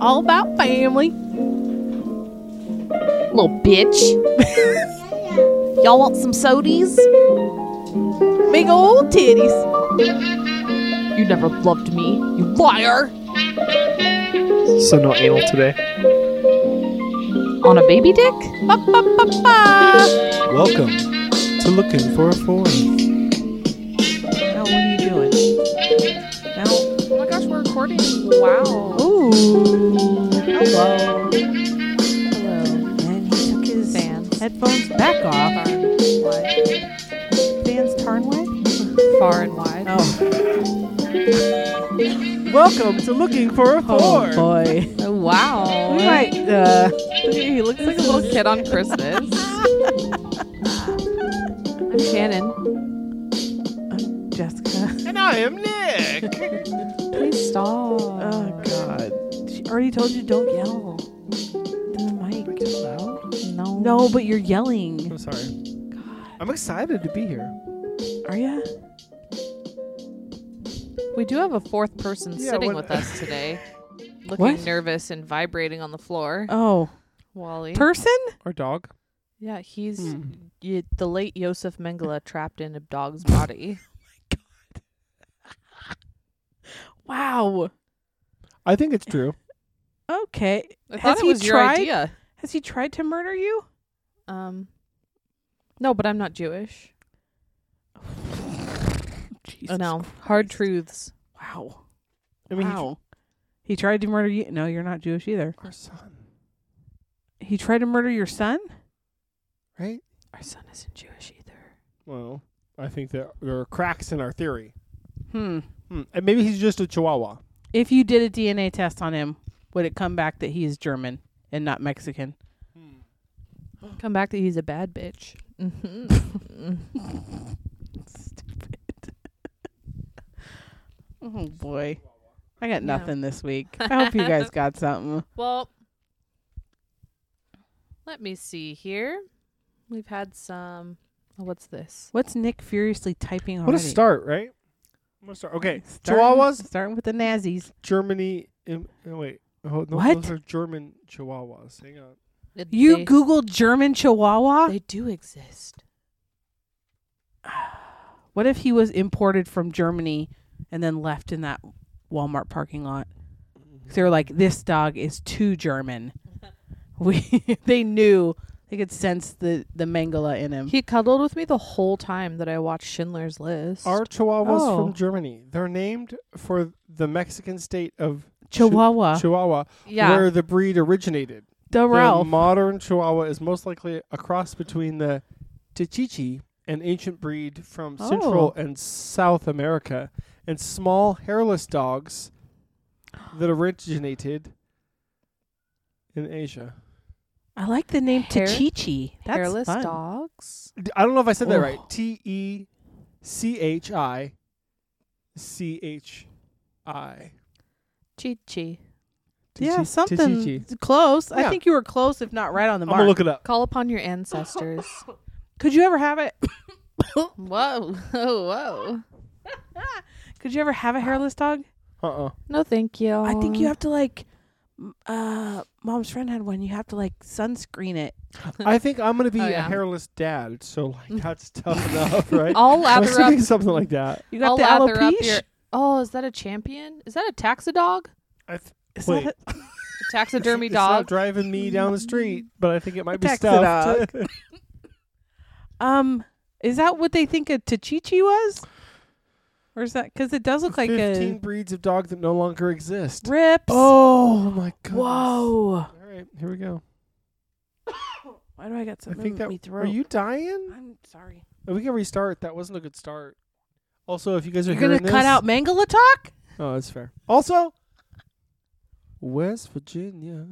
All about family. Little bitch. Y'all want some sodies? Big old titties. You never loved me, you liar! So no anal today. On a baby dick? Ba, ba, ba, Oh ba. Welcome to Looking for a Foreign. No, what are you doing? No. Oh my gosh, we're recording. Wow. Hello. Hello. And he took his Fans. headphones back off. Fans turn wide. Far and wide. Oh, Welcome to Looking for a oh Whore. boy. Oh, wow. We might. Uh, he looks like a little kid on Christmas. I'm Shannon. I'm Jessica. And I am Nick. Please stop. Oh God. She already told you don't yell. To the mic. no. No, but you're yelling. I'm sorry. I'm excited to be here. Are ya? We do have a fourth person Yeah, sitting what- with us today. Looking What? nervous and vibrating on the floor. Oh, Wally. person? Our dog. yeah, he's Hmm. y- the late Yosef Mengele trapped in a dog's body. Wow. I think it's true. Okay. I Has thought it he was your tried? idea. Has he tried to murder you? Um, no, but I'm not Jewish. Jesus. Oh, no, hard truths. Wow. I mean, he- wow. He tried to murder you. No, you're not Jewish either. our son, He tried to murder your son? right? Our son isn't Jewish either. Well, I think that there are cracks in our theory. Hmm. Hmm. And maybe he's just a chihuahua. If you did a DNA test on him, would it come back that he is German and not Mexican? Hmm. Come back that he's a bad bitch. Mhm. Oh boy. I got No. nothing this week. I hope you guys got something. well, let me see here. We've had some. Oh, what's this? What's Nick furiously typing already? What a start, right? What a start. Okay, Starting- Chihuahuas, Starting with the Nazis. Germany. In, oh, wait, oh, no, What? Those are German Chihuahuas. Hang on. It- You they, Googled German Chihuahua? they do exist. What if he was imported from Germany and then left in that Walmart parking lot? Mm-hmm. 'Cause they were like, "This dog is too German." We they knew they could sense the the Mangala in him. He cuddled with me the whole time that I watched Schindler's List. Are Chihuahuas Oh. from Germany? They're named for the Mexican state of Chi- Chihuahua, Chihuahua, yeah, where the breed originated. the The Ralph. modern Chihuahua is most likely a cross between the Tichichi, an ancient breed from Oh. Central and South America, and small hairless dogs that originated in Asia. I like the name Hair- Tachichi. That's hairless fun. dogs. D- I don't know if I said Oh. that right. T E C H I C H I. Chi Chi. Yeah, Tichi- something Tichichi. close. I Yeah. think you were close, if not right on the I'm gonna mark. look it up. Call upon your ancestors. could you ever have it? whoa, whoa, whoa. Could you ever have a hairless dog? Uh uh No, thank you. I think you have to like. m- Uh, mom's friend had one. You have to like sunscreen it. I think I'm gonna be Oh, a yeah. hairless dad, so like that's tough enough, right? I'll I was lather up. thinking something like that. You I'll got the lather up alopecia. your. Oh, is that a champion? Is that a taxidog? I th- Is Wait. that a- A taxidermy it's not dog? driving me down the street, but I think it might be Taxi stuffed. um, is that what they think a Tachichi was? Or is that because it does look like Fifteen a breeds of dog that no longer exist. rips? Oh my god! whoa! All right, here we go. Why do I got I something think in that. me Are throat? you dying? Oh, I'm sorry. We can restart. That wasn't a good start. Also, if you guys are You're gonna hearing cut this- out Mangala talk? Oh, that's fair. Also, West Virginia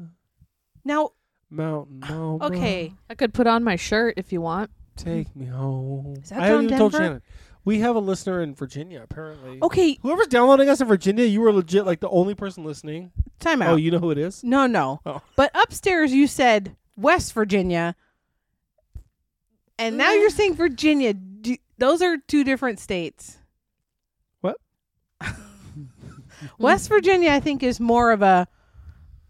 Now, mountain. Mama, okay. I could put on my shirt if you want. take me home. Is that I haven't from even told Denver? Oh. Shannon. We have a listener in Virginia, apparently. Okay, Whoever's downloading us in Virginia, you were legit like the only person listening. time out. Oh, you know who it is? no, no. Oh. But upstairs you said West Virginia, and now you're saying Virginia. Do, those are two different states. What? West Virginia, I think, is more of a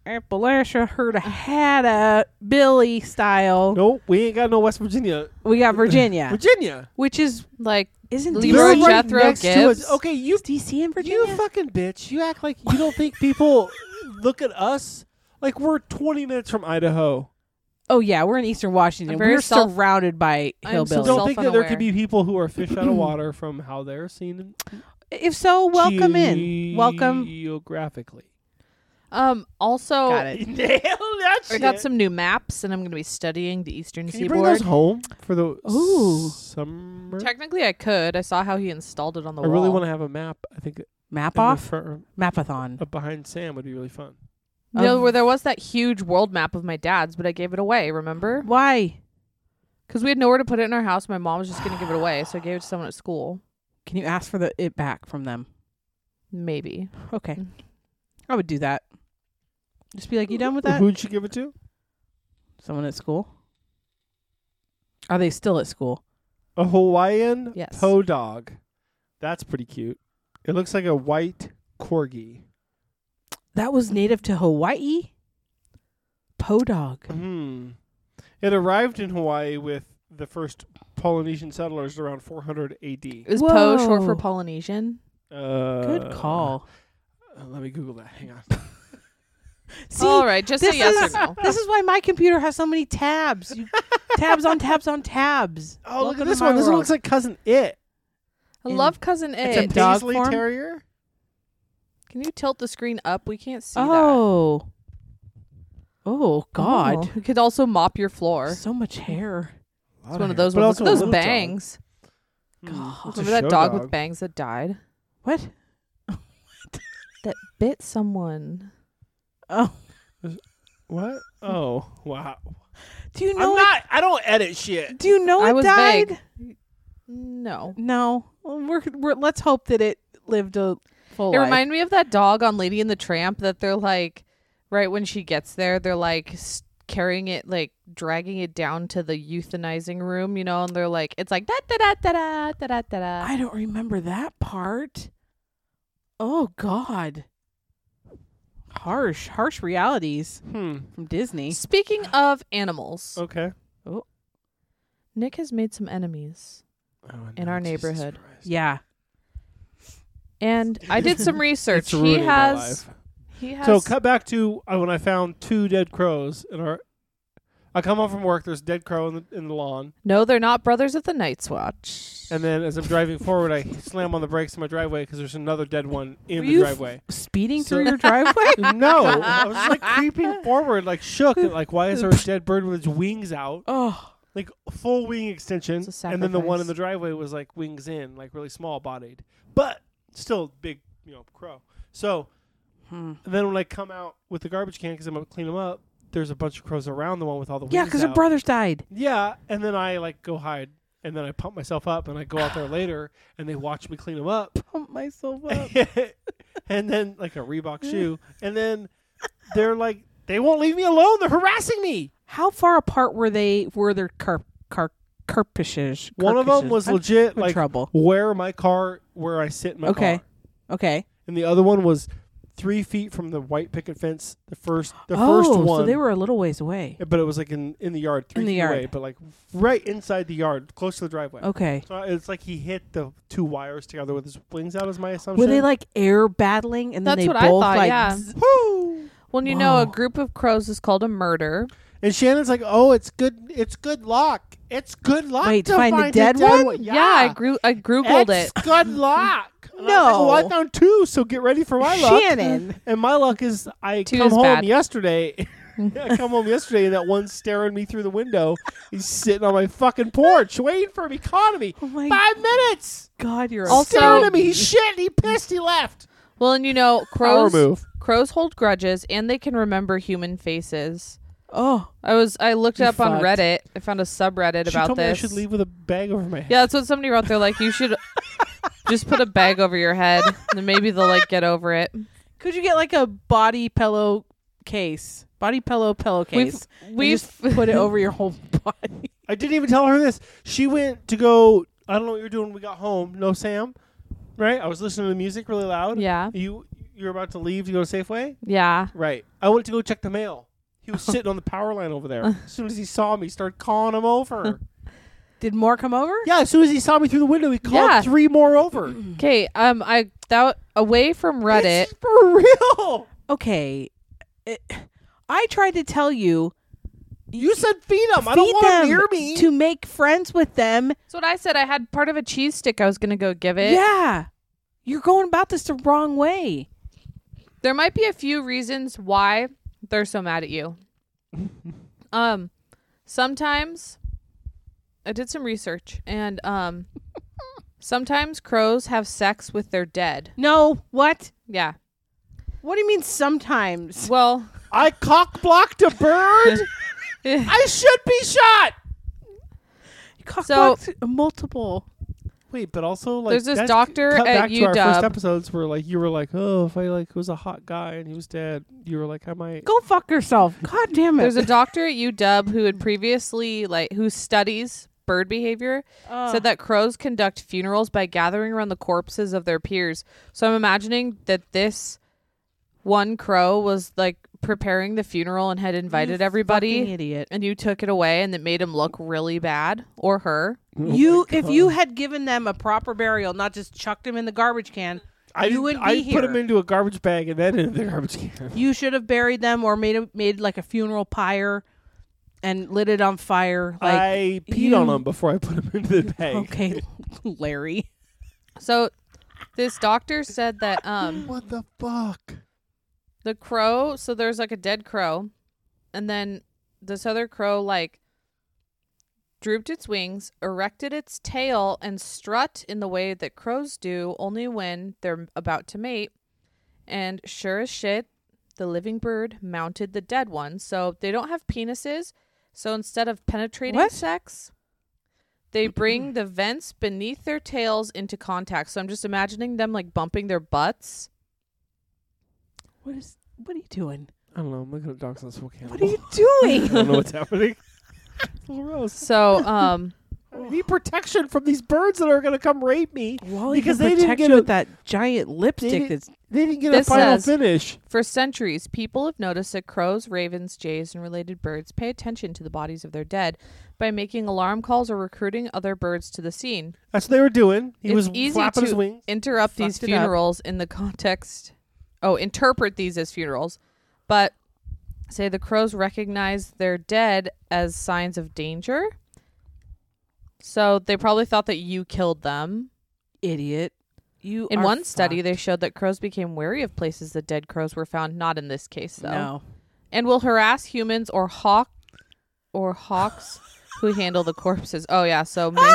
Appalachia herd of had a Billy style. Nope, we ain't got no West Virginia. We got Virginia, Virginia. which is Like isn't Leroy DC, Jethro Gibbs. Okay, you is DC in Virginia? you fucking bitch. You act like you don't think people look at us like we're 20 minutes from Idaho. oh yeah, we're in Eastern Washington. I'm very We're self- surrounded by I'm so Don't hillbillies. self think that there could unaware. be people who are fish out of water from how they're seen. if so, welcome in. Welcome. geographically. um also Got it. Oh, Nailed that I got some new maps and I'm going to be studying the eastern Can you bring seaboard. those home for the Ooh. summer? Technically I could. I saw how he installed it on the I wall. really want to have a map. I think in Map the off. front- Mapathon. uh, behind Sam would be really fun. No, of- where there was that huge world map of my dad's, but I gave it away, remember? Why? Because we had nowhere to put it in our house. My mom was just going to give it away, so I gave it to someone at school. Can you ask for the it back from them? Maybe. Okay, Mm. I would do that. Just be like, you done with that? Who'd you give it to? Someone at school? Are they still at school? A Hawaiian Yes. po dog. That's pretty cute. It looks like a white corgi. That was native to Hawaii. Podog. Hmm. It arrived in Hawaii with the first Polynesian settlers around 400 AD. Is Poe short Whoa. for Polynesian? Uh, Good call. uh, let me Google that. Hang on. Oh, See, All right, just say this yes is- or no. this is why my computer has so many tabs. You- tabs on tabs on tabs. Oh, look Welcome at to this my one. This one world. looks like cousin it. I in- love cousin It's it. a In dog Paisley form? terrier. Can you tilt the screen up? We can't see that. Oh. Oh God. Oh, We could also mop your floor. It's So much hair. It's one of those ones. Look at those bangs. God. Remember that dog, with bangs that died? What? That bit someone. Oh. What? Oh, wow. Do you know I'm it- not. I don't edit shit. do you know I it was died? vague. No. No. Well, We're, we're let's hope that it lived a full It life. reminded me of that dog on Lady and the Tramp that they're like, right when she gets there, they're like s- carrying it, like dragging it down to the euthanizing room, you know, and they're like, it's like da da da da da da da da da. I don't remember that part. Oh God. Harsh, harsh realities Hmm. from Disney. Speaking of animals, Okay. Nick has made some enemies, Oh, In our neighborhood. Yeah. and I did some research. It's He ruining my has, life. he has. So cut back to uh, when I found two dead crows in our. I come home from work. There's a dead crow in the, in the lawn, no, they're not brothers of the Night's Watch. and then as I'm driving forward, I slam on the brakes in my driveway because there's another dead one in Were the you driveway. Speeding So- through your driveway? no, I was just, like creeping forward, like shook, at, like why is there a dead bird with its wings out, oh. like full wing extension, It's a and then the one sacrifice. in the driveway was like wings in, like really small bodied, but still big, you know, crow. So Hmm. And then when I come out with the garbage can because I'm gonna clean them up, there's a bunch of crows around the one with all the Yeah, wings because her out. brothers died. Yeah, and then I like go hide, and then I pump myself up, and I go out there later, and they watch me clean them up, Pump myself and then like a Reebok shoe, and then they're like they won't leave me alone. They're harassing me. How far apart were they? Were their car car carpishes? One of them carcasses? was I'm legit in like trouble. where my car, where I sit in my Okay. car, Okay. and the other one was three feet from the white picket fence. The first, the oh, first one. so they were a little ways away. Yeah, But it was like in, in the yard, three In the feet yard. away, but like right inside the yard, close to the driveway. Okay. So uh, it's like he hit the two wires together with his wings out, is my assumption. Were they like air battling and That's then they what I both thought, like yeah. zzz- Woo! Well, you know, a Wow. group of crows is called a murder. And Shannon's like, "Oh, it's good, it's good luck, it's good luck Wait, to find find, the a dead one? Yeah, I grew. I googled it's it. good luck." And I was like, No. well, I found two, so get ready for my luck. Shannon. And my luck is I Two come is home bad. yesterday. I come home yesterday, and that one's staring me through the window. He's sitting on my fucking porch, waiting for me, calling me. Oh my Five minutes. God, you're Also- staring staring at at me. He shit. He pissed. He left. Well, and you know, Power crows move. crows hold grudges and they can remember human faces. oh I was I looked You up on fucked. Reddit. I found a subreddit She about told this. me I should leave with a bag over my head. Yeah, that's what somebody wrote. They're like, you should just put a bag over your head, and then maybe they'll like get over it. could you get like a body pillow case? Body pillow pillowcase. we've- We just put it over your whole body. I didn't even tell her this. She went to go. I don't know what you're doing. when We got home. No, Sam. Right. I was listening to music really loud. Yeah. You. you were about to leave to go to Safeway? Yeah. Right. I went to go check the mail. He was sitting on the power line over Uh. there. As soon as he saw me, he started calling him over. Did more come over? yeah, as soon as he saw me through the window, he called Yeah. three more over. Okay. Um. I that away from Reddit. It's for real. Okay. It, I tried to tell you You said feed them. I feed don't want them them near me. to make friends with them. That's what I said. I had part of a cheese stick. I was gonna go give it. yeah. You're going about this the wrong way. There might be a few reasons why they're so mad at you. um, sometimes I did some research, and um, sometimes crows have sex with their dead. No, what? Yeah. What do you mean sometimes? Well, I cock blocked a bird. I should be shot. So multiple. Wait, but also like There's this that's doctor cut at back to our first UW. episodes where like you were like, oh, if I like was a hot guy and he was dead, you were like, I might. Go fuck yourself. God damn it. there's a doctor at UW who had previously like who studies bird behavior Ugh. said that crows conduct funerals by gathering around the corpses of their peers. So I'm imagining that this one crow was like preparing the funeral and had invited Fucking everybody idiot. and you took it away and it made him look really bad or her. Oh you if you had given them a proper burial, not just chucked them in the garbage can, I you didn't- wouldn't I be here. put him into a garbage bag and then into the garbage can. you should have buried them or made a, made like a funeral pyre and lit it on fire. Like I peed you- on him before I put him into the bag. okay, Larry. So this doctor said that um What the fuck? the crow so there's like a dead crow and then this other crow like drooped its wings erected its tail and strut in the way that crows do only when they're about to mate and sure as shit the living bird mounted the dead one so they don't have penises so instead of penetrating What? sex they bring the vents beneath their tails into contact so i'm just imagining them like bumping their butts What is what are you doing? I don't know. I'm looking at dogs on Spokane. What are you doing? I don't know what's happening. It's a little gross. So, um, I need protection from these birds that are going to come rape me. Well, Because because they they didn't protect get you a- with that giant lipstick. didn't- That's They didn't get This a final says- finish. for centuries, people have noticed that crows, ravens, jays, and related birds pay attention to the bodies of their dead by making alarm calls or recruiting other birds to the scene. That's what they were doing. He It's was easy flapping his to- wings. Interrupt these Fucked it up. funerals in the context. Oh, interpret these as funerals, but say the crows recognize their dead as signs of danger. So they probably thought that you killed them. idiot. You In are one study, fucked. they showed that crows became wary of places that dead crows were found. Not in this case, though. no. And will harass humans or hawk or hawks who handle the corpses. Oh yeah, so ma-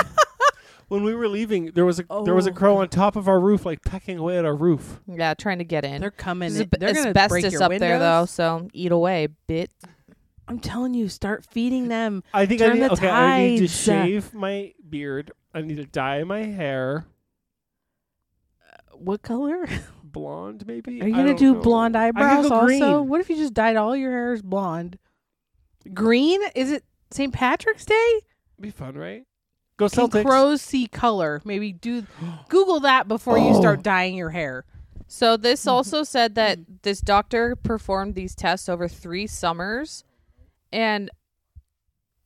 When we were leaving, there was a there was a Oh. crow on top of our roof, like pecking away at our roof. yeah, trying to get in. They're coming. There's in. asb- They're gonna asbestos break your up windows. there though, so eat away, bit. I'm telling you, start feeding them. I think I Turn need, the okay, I need to tides. shave my beard. I need to dye my hair What color? blonde, maybe. Are you I gonna don't do know. blonde I could eyebrows go also? green. What if you just dyed all your hairs blonde? Green? Is it St. Patrick's Day? Be fun, right? Go Can Celtics. crows see color? Maybe do Google that before you Oh. start dyeing your hair. So this also said that Hmm. this doctor performed these tests over three summers, and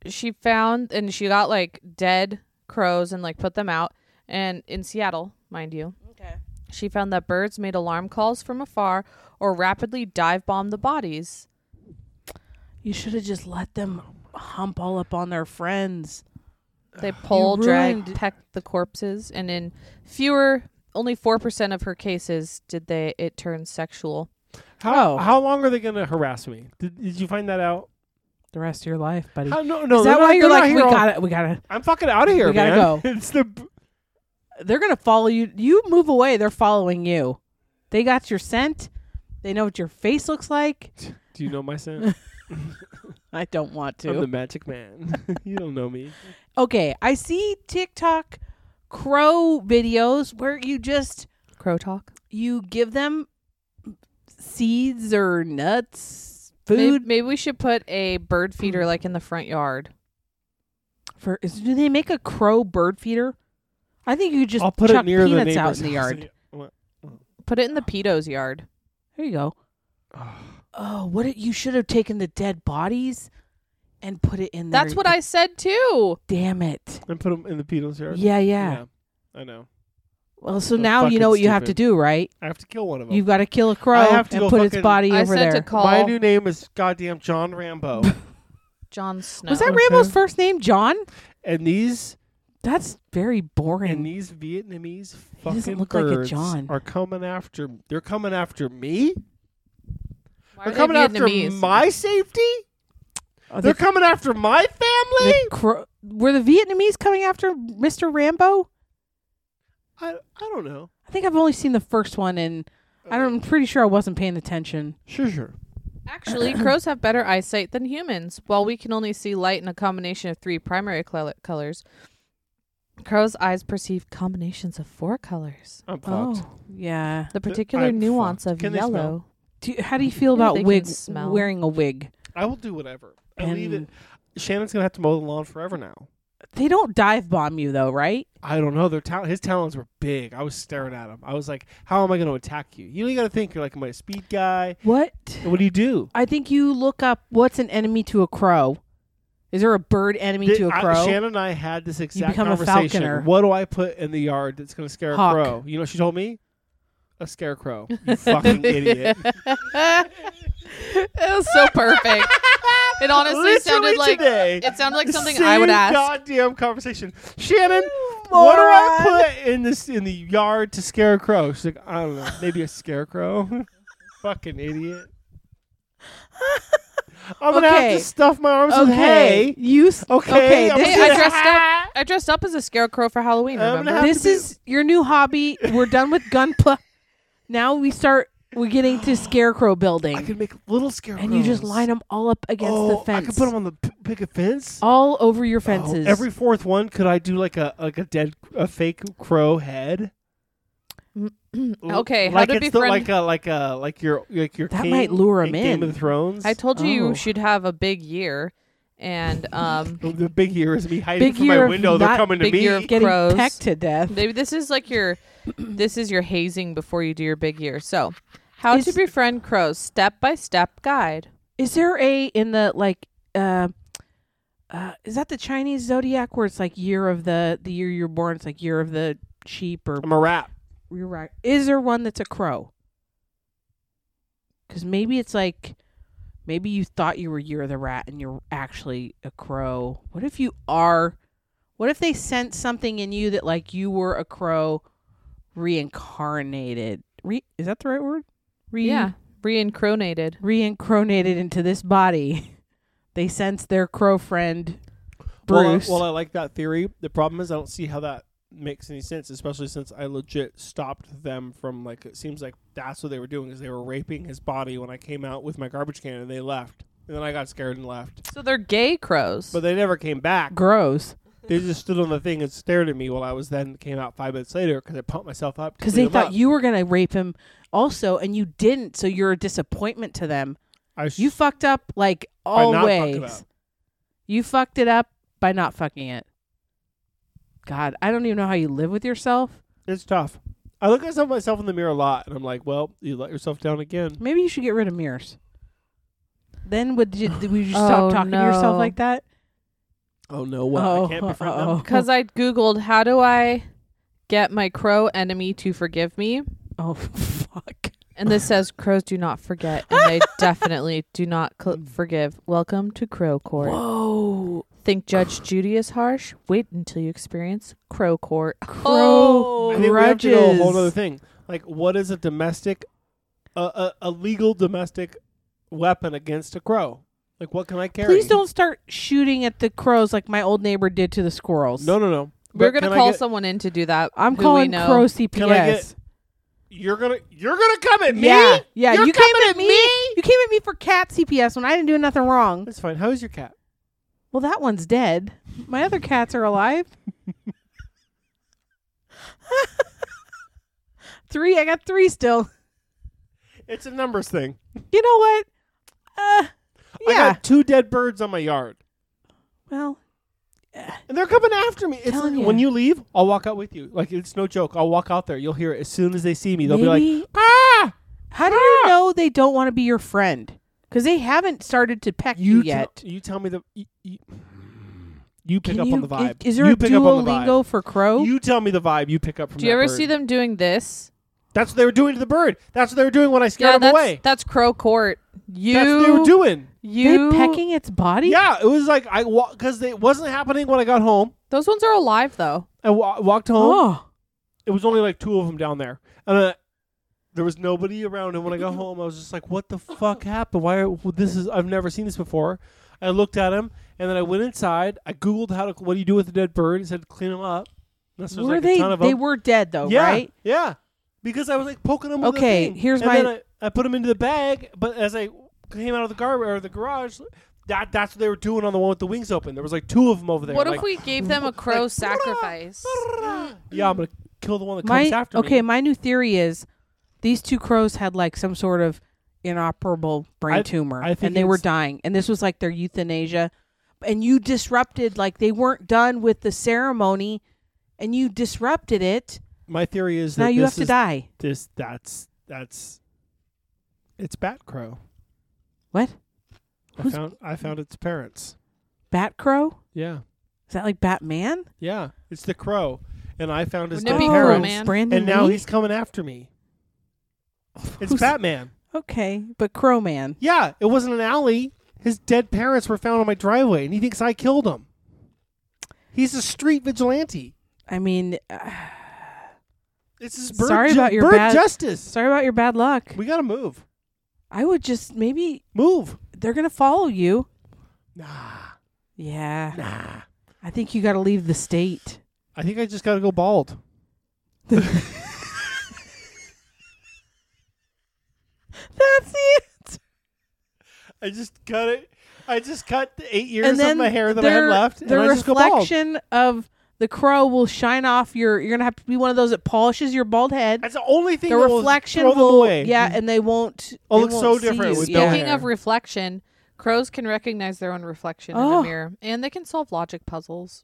she found and she got like dead crows and like put them out, and in Seattle, mind you. Okay. She found that birds made alarm calls from afar or rapidly dive bombed the bodies. You should have just let them hump all up on their friends. They pulled, dragged, ruined- pecked the corpses, and in fewer, only four percent of her cases did they it turn sexual. How Oh. how long are they gonna harass me? Did, did you find that out? The rest of your life, buddy. How, no, no. Is they're that not- why they're you're not like, we here all- gotta, we gotta? I'm fucking out of here, We gotta man. it's the They're gonna follow you. You move away. They're following you. They got your scent. They know what your face looks like. Do you know my scent? I don't want to. I'm the magic man. you don't know me. okay, I see TikTok crow videos where you just Crow talk. you give them seeds or nuts, Maybe, food maybe we should put a bird Hmm. feeder like in the front yard. for. Is, do they make a crow bird feeder? I think you could just Oh. I'll put chuck it near the peanuts neighbor's out in the house. yard. What? Put it in the pedo's yard. Here you go. Oh, what? It, you should have taken the dead bodies and put it in there. That's what I said too. Damn it. and put them in the penal yard. Yeah, yeah. I know. Well, so So now you fucking know what you have to stupid. do, right? I have to kill one of them. You've got to kill a crow have to and go put its fucking- body I over sent there. a call. My new name is goddamn John Rambo, John Snow. Was that Okay. Rambo's first name, John? and these That's very and boring. these Vietnamese doesn't fucking look like a birds John. are coming after. They're coming after me. Why are They're they coming after Vietnamese? my safety. Are They're the- coming after my the family. cro- were the Vietnamese coming after Mr. Rambo? I, I don't know. I think I've only seen the first one, and I don't, I'm pretty sure I wasn't paying attention. Sure, sure. Actually, crows have better eyesight than humans. While we can only see light in a combination of three primary cl- colors, crows' eyes perceive combinations of four colors. I'm fucked. Oh, yeah. The Th- particular I'm nuance fucked. of Can they smell? yellow. Do you, how do you feel Yeah, about they can wig smell. wearing a wig? I will do whatever. I leave it. And- Shannon's gonna have to mow the lawn forever now. They don't dive bomb you though, right? I don't know. Their tal- his talons were big. I was staring at him. I was like, "How am I going to attack you?" You know, you got to think. You're like, "Am I a speed guy? What? What do you do?" I think you look up what's an enemy to a crow. Is there a bird enemy Did- to a I- crow? Shannon and I had this exact become a conversation. falconer. what do I put in the yard that's going to scare Hawk. a crow? You know, what she told me a scarecrow. You fucking idiot. It was so perfect. It honestly Literally sounded like today. it sounded like something Same I would ask. Goddamn conversation, Shannon. What do moron. I put in this in the yard to scare a crow? She's like, I don't know, maybe a scarecrow. Fucking idiot. I'm gonna have Okay. to stuff my arms with okay, hay. you. s- Okay, okay. I'm this- Hey, I dressed up. I dressed up as a scarecrow for Halloween. I'm gonna Remember? have this to be- is your new hobby. We're done with gunpla. Now we start. We're getting to scarecrow I building, can make little scarecrows. and you just line them all up against oh, the I fence. could put them on the p- picket fence. all over your Oh, fences. every fourth one, could I do like a like a dead a fake crow head? Mm-hmm. L- Okay, how like to it's the, befriend- like a like a like your like your That king might lure 'em Game in. of Thrones. I told you Oh. you should have a big year, and um, The- The big year is me hiding Big from year my of window. They're not- coming to big year me. of- getting crows. pecked to death. Maybe this is like your this is your hazing before you do your big year. So, how to Is- befriend crows step by step guide. Is there a in the like? Uh, uh, is that the Chinese zodiac where it's like year of the the year you're born? It's like year of the sheep or I'm a rat. you're right. Is there one that's a crow? Because maybe it's like, maybe you thought you were year of the rat and you're actually a crow. What if you are? What if they sense something in you that like you were a crow reincarnated? Re is that the right word? Re Yeah, reincarnated. reincarnated into this body. They sense their crow friend Bruce. Well, uh, I, well, I like that theory. The problem is I don't see how that makes any sense, especially since I legit stopped them from like. It seems like that's what they were doing is they were raping his body when I came out with my garbage can and they left. And then I got scared and left. So they're gay crows. But they never came back. grows They just stood on the thing and stared at me while I was then came out five minutes later because I pumped myself up. to because clean they them thought up. you were gonna rape him also, and you didn't. So you're a disappointment to them. I sh- You fucked up like always. fucking up. You fucked it up by not fucking it. God, I don't even know how you live with yourself. It's tough. I look at some- myself in the mirror a lot, and I'm like, "Well, you let yourself down again." Maybe you should get rid of mirrors. Then would you, would you Oh, stop talking to yourself no. like that? Oh no! What? I can't befriend uh-oh. them. because I googled how do I get my crow enemy to forgive me, Oh fuck. and this says crows do not forget, and they definitely do not Hmm. cl- forgive. Welcome to crow court. Whoa. Think Judge Judy is harsh? Wait until you experience crow court. Oh. Crow I think we have to go a grudges. whole other thing. Like, what is a domestic, a, a, a legal domestic weapon against a crow? Like, what can I carry? Please don't start shooting at the crows like my old neighbor did to the squirrels. No, no, no. We're gonna But can I call get- someone in to do that. I'm who we calling know. crow CPS. Can I get You're gonna, you're gonna come at me. Yeah, yeah. You're you came coming at me. You came at me for cat CPS when I didn't do nothing wrong. That's fine. How is your cat? Well, that one's dead. My other cats are alive. three. I got three still. It's a numbers thing. You know what? Uh, I yeah. got two dead birds on my yard, well, and they're coming after me. It's Telling like, ya. when you leave, I'll walk out with you. Like, it's no joke. I'll walk out there. You'll hear it as soon as they see me. They'll be like, maybe ah. How do you know they don't want to be your friend? Because they haven't started to peck you, You te- yet. you tell me the you, you, you pick Can up you- on the vibe. Is, is there you a pick Duolingo up on for the crow? vibe. You tell me the vibe you pick up from. Do you that ever bird. see them doing this? That's what they were doing to the bird. That's what they were doing when I scared him that's away. that's crow court. You That's what they were doing. you They're pecking its body. Yeah, it was like I because it wasn't happening when I got home. Those ones are alive though. I wa- walked home. Oh, It was only like two of them down there, and uh, there was nobody around. And when I got home, I was just like, "What the fuck happened? Why? Are, well, this is I've never seen this before." I looked at him, and then I went inside. I googled how to what do you do with a dead bird? It said clean them up. And so there's were like they? a ton of They them. were dead though, yeah, right? yeah. Because I was like poking them. With the Okay, thing. here's And my- Then I, I put them into the bag, but as I came out of the gar or the garage, that that's what they were doing on the one with the wings open. There was like two of them over there. What like, if we gave them a crow sacrifice? Yeah, I'm gonna kill the one that comes My after me. okay. My new theory is these two crows had like some sort of inoperable brain I- tumor, I think and they were it's- dying, and this was like their euthanasia. And you disrupted like they weren't done with the ceremony, and you disrupted it. My theory is that now you this have to is- die. This that's that's it's Bat Crow. What? I Who's- found I found its parents. Bat crow? Yeah, Is that like Batman? yeah. It's the crow, and I found his Wouldn't it be dead cool, parents, man? Brandon and now Lee? he's coming after me. It's Who's- Batman. okay, but Crow Man. Yeah, it wasn't an alley. His dead parents were found on my driveway, and he thinks I killed him. He's a street vigilante. I mean, uh, This is bird, Sorry ju- about your bird bad- justice. sorry about your bad luck. We gotta move. I would just maybe Move. they're gonna follow you. Nah. Yeah, Nah. I think you got to leave the state. I think I just got to go bald. That's it. I just cut it. I just cut the eight years And then of my hair that I their- had left, and the I just go bald. reflection of the crow will shine off your. You're gonna have to be one of those that polishes your bald head. That's the only thing. the that will reflection throw them will, away. yeah, and they won't. I'll they look won't so see different you. with yeah. Speaking hair. of reflection, crows can recognize their own reflection in Oh. a mirror, and they can solve logic puzzles.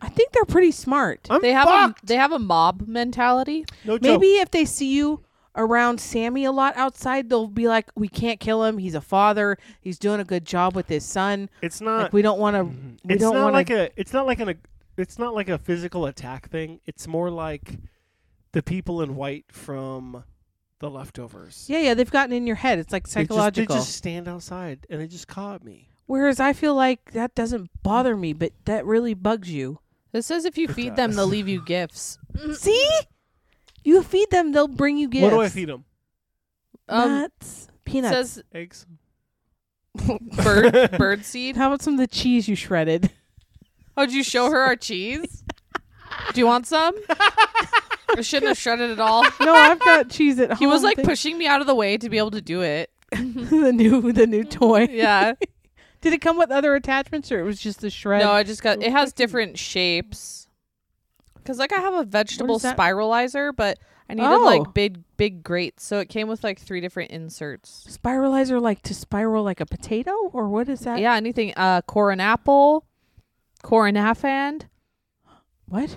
I think they're pretty smart. I'm they have fucked. a they have a mob mentality. no joke. Maybe if they see you around Sammy a lot outside, they'll be like, "We can't kill him. He's a father. He's doing a good job with his son. it's not. Like we don't want to. We it's don't not want like a. It's not like an. It's not like a physical attack thing. It's more like the people in white from the leftovers. Yeah, yeah. They've gotten in your head. It's like They just- psychological. They just, stand outside and they just caw at me. Whereas I feel like that doesn't bother me, but that really bugs you. It says if you feed them, they'll leave you gifts. see, you feed them, they'll bring you gifts. What do I feed them? Um, Nuts, it peanuts. says Eggs. bird bird seed. How about some of the cheese you shredded? Oh, did you show her our cheese? Do you want some? I shouldn't have shredded it all. No, I've got cheese at home. He was like Oh, Thank- pushing me out of the way to be able to do it. the new the new toy. Yeah. Did it come with other attachments, or it was just the shred? No, I just got it has different shapes. Cause like I have a vegetable that? spiralizer, but I needed Oh. like big big grates, so it came with like three different inserts. spiralizer like to spiral like a potato or what is that Yeah, anything. Uh, coron apple, coron affand. what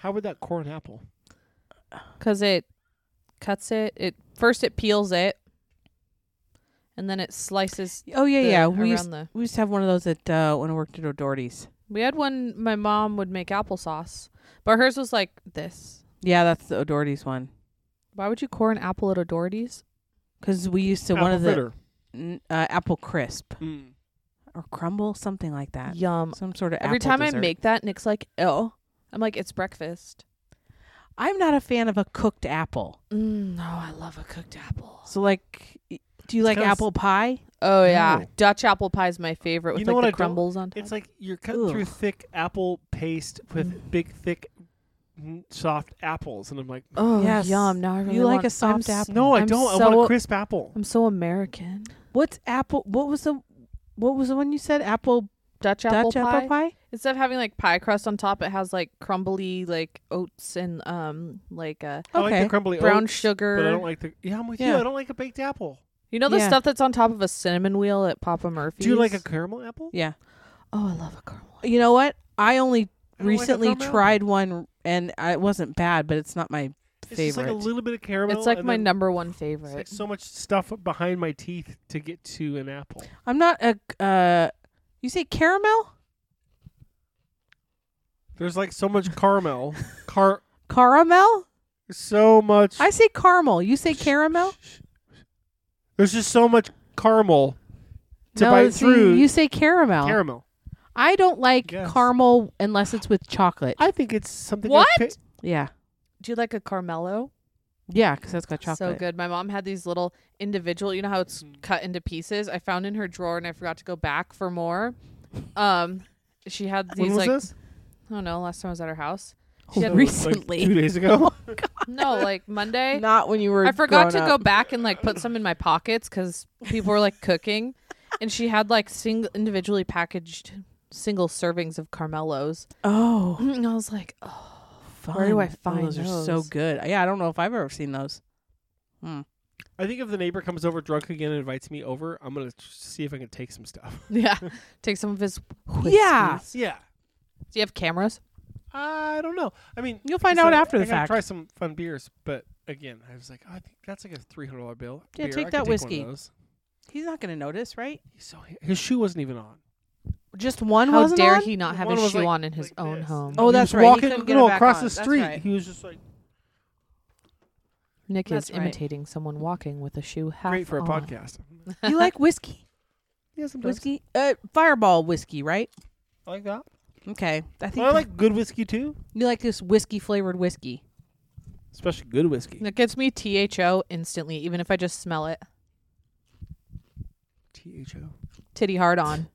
How would that core an apple? because it cuts it. It first it peels it, and then it slices. oh yeah the- yeah we around used, the. we used to have one of those at uh when i worked at o'doherty's We had one. My mom would make applesauce, but hers was like this. yeah that's the o'doherty's one Why would you core an apple at O'Doherty's? because we used to one Apple of the fritter. n- uh, apple crisp Mm. or crumble something like that Yum. some sort of Every apple time I dessert. make that, Nick's like, "Oh," I'm like, "It's breakfast." i'm not a fan of a cooked apple Mm, no, I love a cooked apple. so like y- do you like kinda s- apple pie Oh yeah, No. Dutch apple pie is my favorite with You know like what the I don't- crumbles on top. It's like you're cutting through Ugh. thick apple paste with big, thick, mm, soft apples, and I'm like, oh Yes. yum! Now I really You like want- a soft I'm s- apple. no, I I'm don't. I so- want a crisp apple. I'm so American. what's apple what was the what was the one you said apple Dutch apple dutch pie. apple pie instead of having like pie crust on top, it has like crumbly like oats and um like uh, I like the okay. crumbly brown oats, sugar. but I don't like the. Yeah, I'm with you. Yeah. I don't like a baked apple. you know the Yeah. stuff that's on top of a cinnamon wheel at Papa Murphy's. Do you like a caramel apple? yeah Oh, I love a caramel. you know what i only I don't like a recently caramel tried one and I- it wasn't bad, but it's not my It's just like favorite. a little bit of caramel. It's like and my then number one it's like favorite. so much stuff behind my teeth to get to an apple. I'm not a. Uh, you say caramel? There's like so much caramel. Car Caramel? so much I say caramel. You say caramel? There's just so much caramel to no, bite see, through You say caramel. caramel. I don't like Yes. caramel unless it's with chocolate. I think it's something What? I've pi- yeah. Do you like a Carmelo? Yeah, because that's got chocolate. So good. My mom had these little individual, you know how it's Mm-hmm. cut into pieces. I found in her drawer and I forgot to go back for more. Um, she had these when was like this? I don't know. Last time I was at her house, Oh, she had no. re- recently. Like two days ago. no like Monday. Not when you were. I forgot to go back and like put some in my pockets because people were like cooking, and she had like single individually packaged single servings of Carmelos. Oh, And I was like, oh, Where do I fun. Oh, find those? Are so those? good. Yeah, I don't know if I've ever seen those. I think if the neighbor comes over drunk again and invites me over, I'm gonna tr- see if I can take some stuff. yeah, take some of his. Yeah. whiskeys. Yeah, Do you have cameras? I don't know. I mean, You'll find so out after I the gotta fact. Try some fun beers, but again, I was like, oh, I think that's like a three hundred dollar bill. Yeah, Beer, take I could that one of whiskey. those. He's not going to notice, right? He's so his shoe wasn't even on. Just one How wasn't dare on? he not have One his was shoe like- on in his like own this. home? Oh, He that's was right. He Walking couldn't get it no back across on. the That's street, right. he was just like Nick That's is right. imitating someone walking with a shoe half great for a on. podcast. you like whiskey? yeah, sometimes whiskey? Uh, Fireball whiskey, right? I like that. Okay, I think Well, I like good whiskey too, you like this whiskey flavored whiskey. especially good whiskey. That gets me THO instantly, even if I just smell it. T H O. Titty hard on.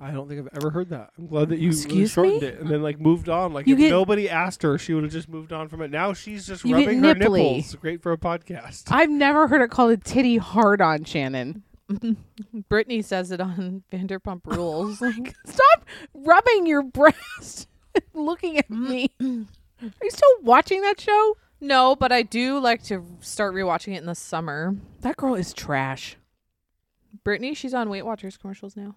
I don't think I've ever heard that. I'm glad that you really Excuse shortened me? it and then like moved on. Like You if get- nobody asked her, she would have just moved on from it. Now she's just You get rubbing her nipply. nipples. Great for a podcast. I've never heard it called a titty hard on, Shannon. Brittany says it on Vanderpump Rules. like, Stop rubbing your breast, and looking at me. Are you still watching that show? no, but I do like to start rewatching it in the summer. That girl is trash. Brittany, she's on Weight Watchers commercials now.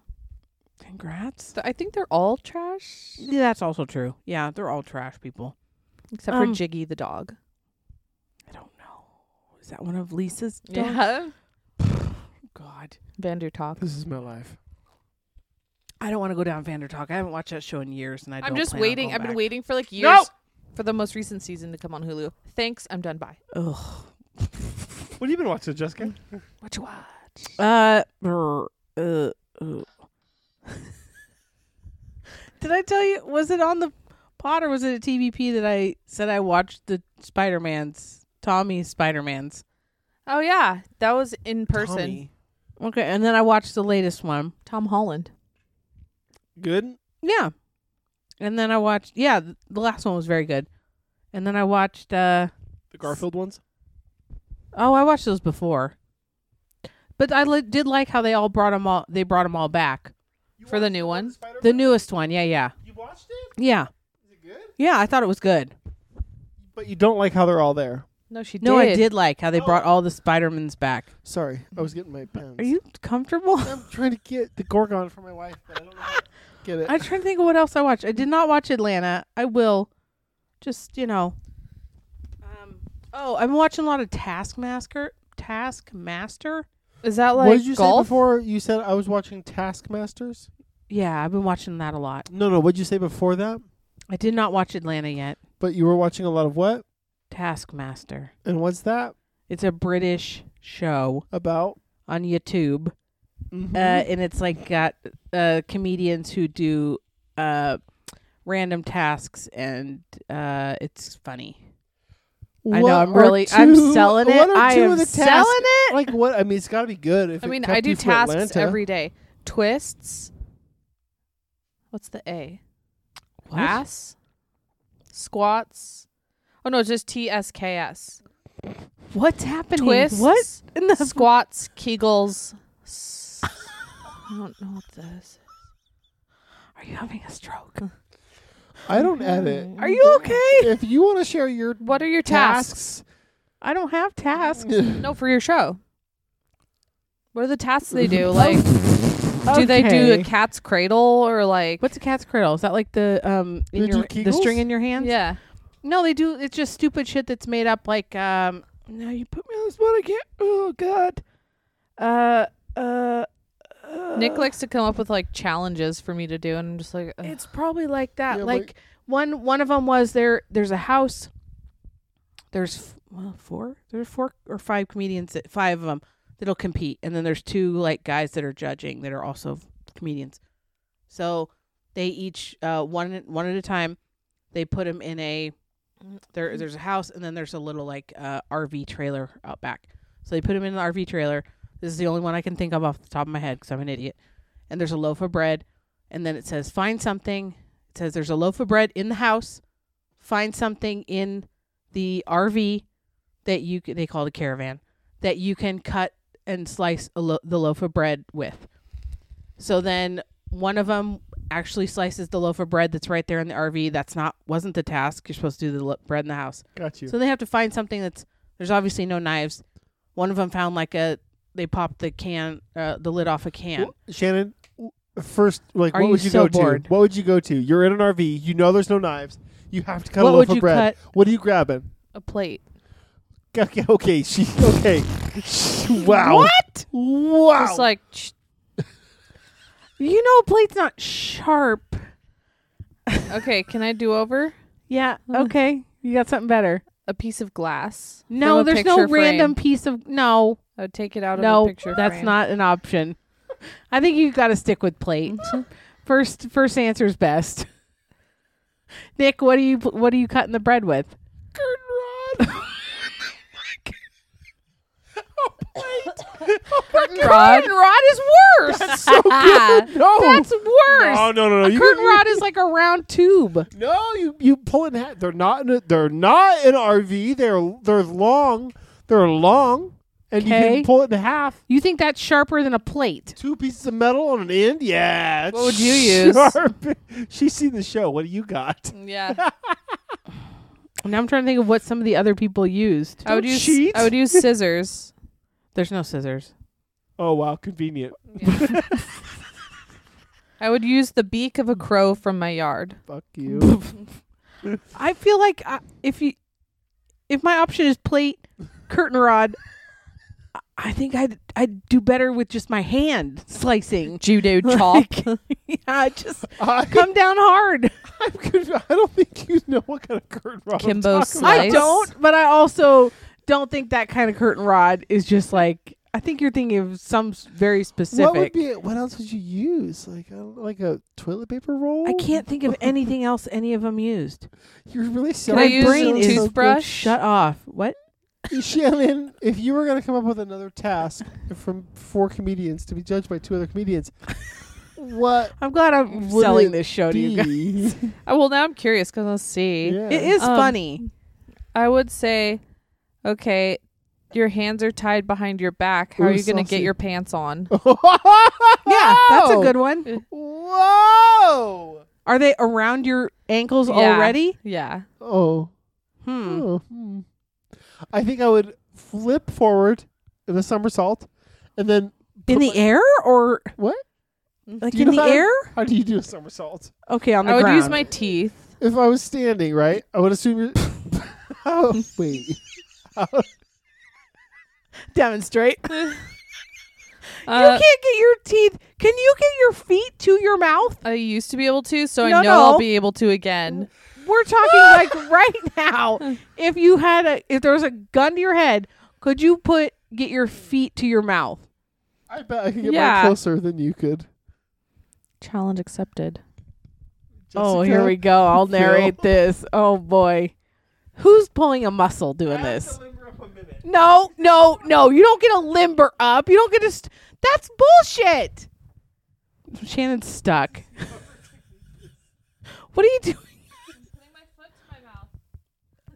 Congrats. So I think they're all trash Yeah, that's also true. Yeah, they're all trash people. except Um, for Jiggy the dog. I don't know. Is that one of Lisa's? dogs? Yeah, God. Vander Talk. This is my life. I don't want to go down Vander Talk. I haven't watched that show in years, and I I'm don't just plan on waiting. going I've been back. waiting for like years for the most recent season to come on Hulu. Thanks. I'm done. Bye. Ugh. What have you been watching, Jessica? What you watch? Uh, brr, uh, uh. Did I tell you? Was it on the pod or was it a TVP that I said I watched the Spider Man's Tommy Spider Man's? Oh yeah, that was in person. Tommy. Okay, and then I watched the latest one. Tom Holland. Good. Yeah, and then I watched. Yeah, th- the last one was very good. And then I watched. uh The Garfield ones. Oh, I watched those before. But I li- did like how they all brought them all. They brought them all back. For the new one? The newest one, yeah, yeah, You watched it? yeah, Is it good? yeah. I thought it was good. But you don't like how they're all there. No, she No, did. I did like how they brought all the Spider-Mans back. Sorry, I was getting my pens. Are you comfortable? I'm trying to get the Gorgon for my wife, but I don't know how to get it. I'm trying to think of what else I watched. I did not watch Atlanta. I will. Just, you know. Um, oh, I've been watching a lot of Taskmaster. Taskmaster? Is that like what did you say golf? before? You said I was watching Taskmasters. Yeah, I've been watching that a lot. No, no. What did you say before that? I did not watch Atlanta yet. But you were watching a lot of what? Taskmaster. And what's that It's a British show about? on YouTube. Mhm. Uh, and it's like got uh, comedians who do uh, random tasks, and uh, it's funny. I know What I'm are really I'm two- selling it. what are I two am of the tasks- selling it. Like what? I mean, it's got to be good. If I it mean, kept I do you from tasks Atlanta. every day. Twists. What's the A? What? Ass. Squats. Oh no, it's just T S K S. What's happening? Twists. What in the Squats. Kegels. S- I don't know what this. Are you having a stroke? I don't edit. Mm. Are you okay? If you want to share your What are your tasks? tasks, I don't have tasks. No, for your show. What are the tasks they do? Like, do they do Okay. a cat's cradle or like? What's a cat's cradle? Is that like the um in They do your, the Kegels? string in your hand? yeah? No, they do. It's just stupid shit that's made up. Like, um, no, you put me on the spot. I can't. Oh God. Uh, uh, uh Nick likes to come up with like challenges for me to do, and I'm just like, uh, ugh. It's probably like that. Yeah, but- like one one of them was there. There's a house. There's f- well four. There's four or five comedians. That, five of them that'll compete, and then there's two like guys that are judging that are also comedians. So they each uh, one at- one at a time. They put them in a there. There's a house, and then there's a little like uh, RV trailer out back. So they put them in an RV trailer. This is the only one I can think of off the top of my head because I'm an idiot. And there's a loaf of bread, and then it says find something. It says there's a loaf of bread in the house. Find something in the RV that you c- they call it a caravan that you can cut and slice a lo- the loaf of bread with. So then one of them actually slices the loaf of bread that's right there in the RV. That's not wasn't the task. You're supposed to do the lo- bread in the house. Got you. So they have to find something that's there's obviously no knives. One of them found like a they popped the can uh, the lid off a can. Well, Shannon, w- first, like, Are what you would you so go bored? to? What would you go to? You're in an RV. You know there's no knives. You have to cut What a would loaf you of bread. What are you grabbing? a plate. Okay, okay, she okay. wow. What? Wow. Just like, sh- You know, a plate's not sharp. okay, can I do over Yeah. Okay. You got something better. a piece of glass? from No, a there's no picture frame. random piece of no, I would take it out of a no. picture. That's frame. not an option. I think you got to stick with plate. Mm-hmm. first, first answer is best. Nick, what are you what are you cutting the bread with? Curtain rod. Curtain rod is worse. That's so Ah! good. no. That's worse. Oh, no, no, no. A You, curtain you- rod is like a round tube. no, you you pull in hat. They're not in a, they're not an RV. They're they're long. They're long and you Okay. can pull it in half. You think that's sharper than a plate? Two pieces of metal on an end. Yeah. What would you use? She's seen the show. What do you got? Yeah, Now I'm trying to think of what some of the other people used. I would Don't use. cheat. I would use scissors. There's no scissors. Oh wow, convenient. I would use the beak Mm. of a crow from my yard. Fuck you. I feel like I, if you, if my option is plate, curtain rod, I- I think I'd I'd do better with just my hand slicing. Judo Like, yeah, just I, come down hard. I'm conf- I don't think you know what kind of curtain rod. I'm Kimbo talking about. I Slice. don't, but I also don't think that kind of curtain rod is just like. I think you're thinking of some s- very specific. What would be? What else would you use? Like I don't, like a toilet paper roll? I can't think of anything else any of them used. You're really Can selling. I My use brain a is toothbrush? shut off. What? Shannon, if you were going to come up with another task from four comedians to be judged by two other comedians, what I'm glad I'm Would selling it this show to you guys. be? Oh, well, now I'm curious because I'll see. Yeah. It is Um, funny. I would say, okay, your hands are tied behind your back. How Ooh, are you going to get saucy. your pants on? Yeah, that's a good one. Whoa! Are they around your ankles Yeah. already? Yeah. Oh. Hmm. oh, hmm. I think I would flip forward in a somersault, and then In the air or What? Like Do you in the know how to- air? How do you do a somersault? Okay, on the I would ground. use my teeth. If I was standing, right, I would assume you're. oh wait. demonstrate. Uh, you can't get your teeth. Can you get your feet to your mouth? I used to be able to, so No, I know I'll no. Mm. be able to again. We're talking like right now. If you had a, if there was a gun to your head, could you put get your feet to your mouth? I bet I could get Yeah. mine closer than you could. Challenge accepted. oh, Jessica, here we go. I'll Phil. narrate this. Oh boy, who's pulling a muscle doing this? limber up a minute. No, no, no. You don't get a limber up. You don't get a. St- That's bullshit. Shannon's stuck. what are you doing?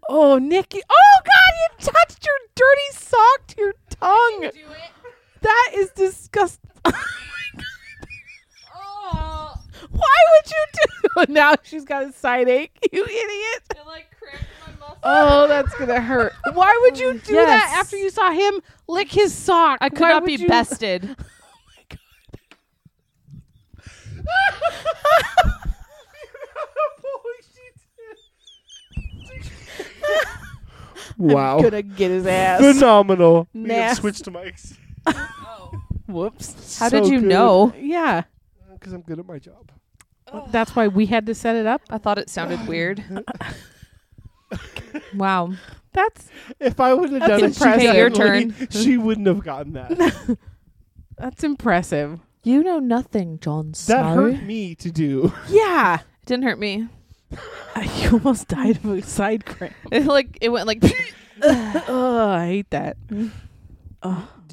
Oh, Nikki. Oh, God, you touched your dirty sock to your tongue. That is Oh disgusting. Oh, Why would you do? Now she's got a side ache. You idiot. Oh, that's gonna hurt. Why would you do that Yes. after you saw him lick his sock? I could Why not would be you- bested. Holy shit. Wow. gonna get his ass. Phenomenal. We have Nasty. switched mics. Whoops. How did you know? Yeah, Because I'm good at my job. that's why we had to set it up. I thought it sounded weird. wow. That's If I would have done it, That's she impressive. Okay, your definitely- She wouldn't have gotten that. that's impressive. You know nothing, John that hurt me to do. Yeah, It didn't hurt me. I almost died of a side cramp. It like it went like Ugh, I hate that. Did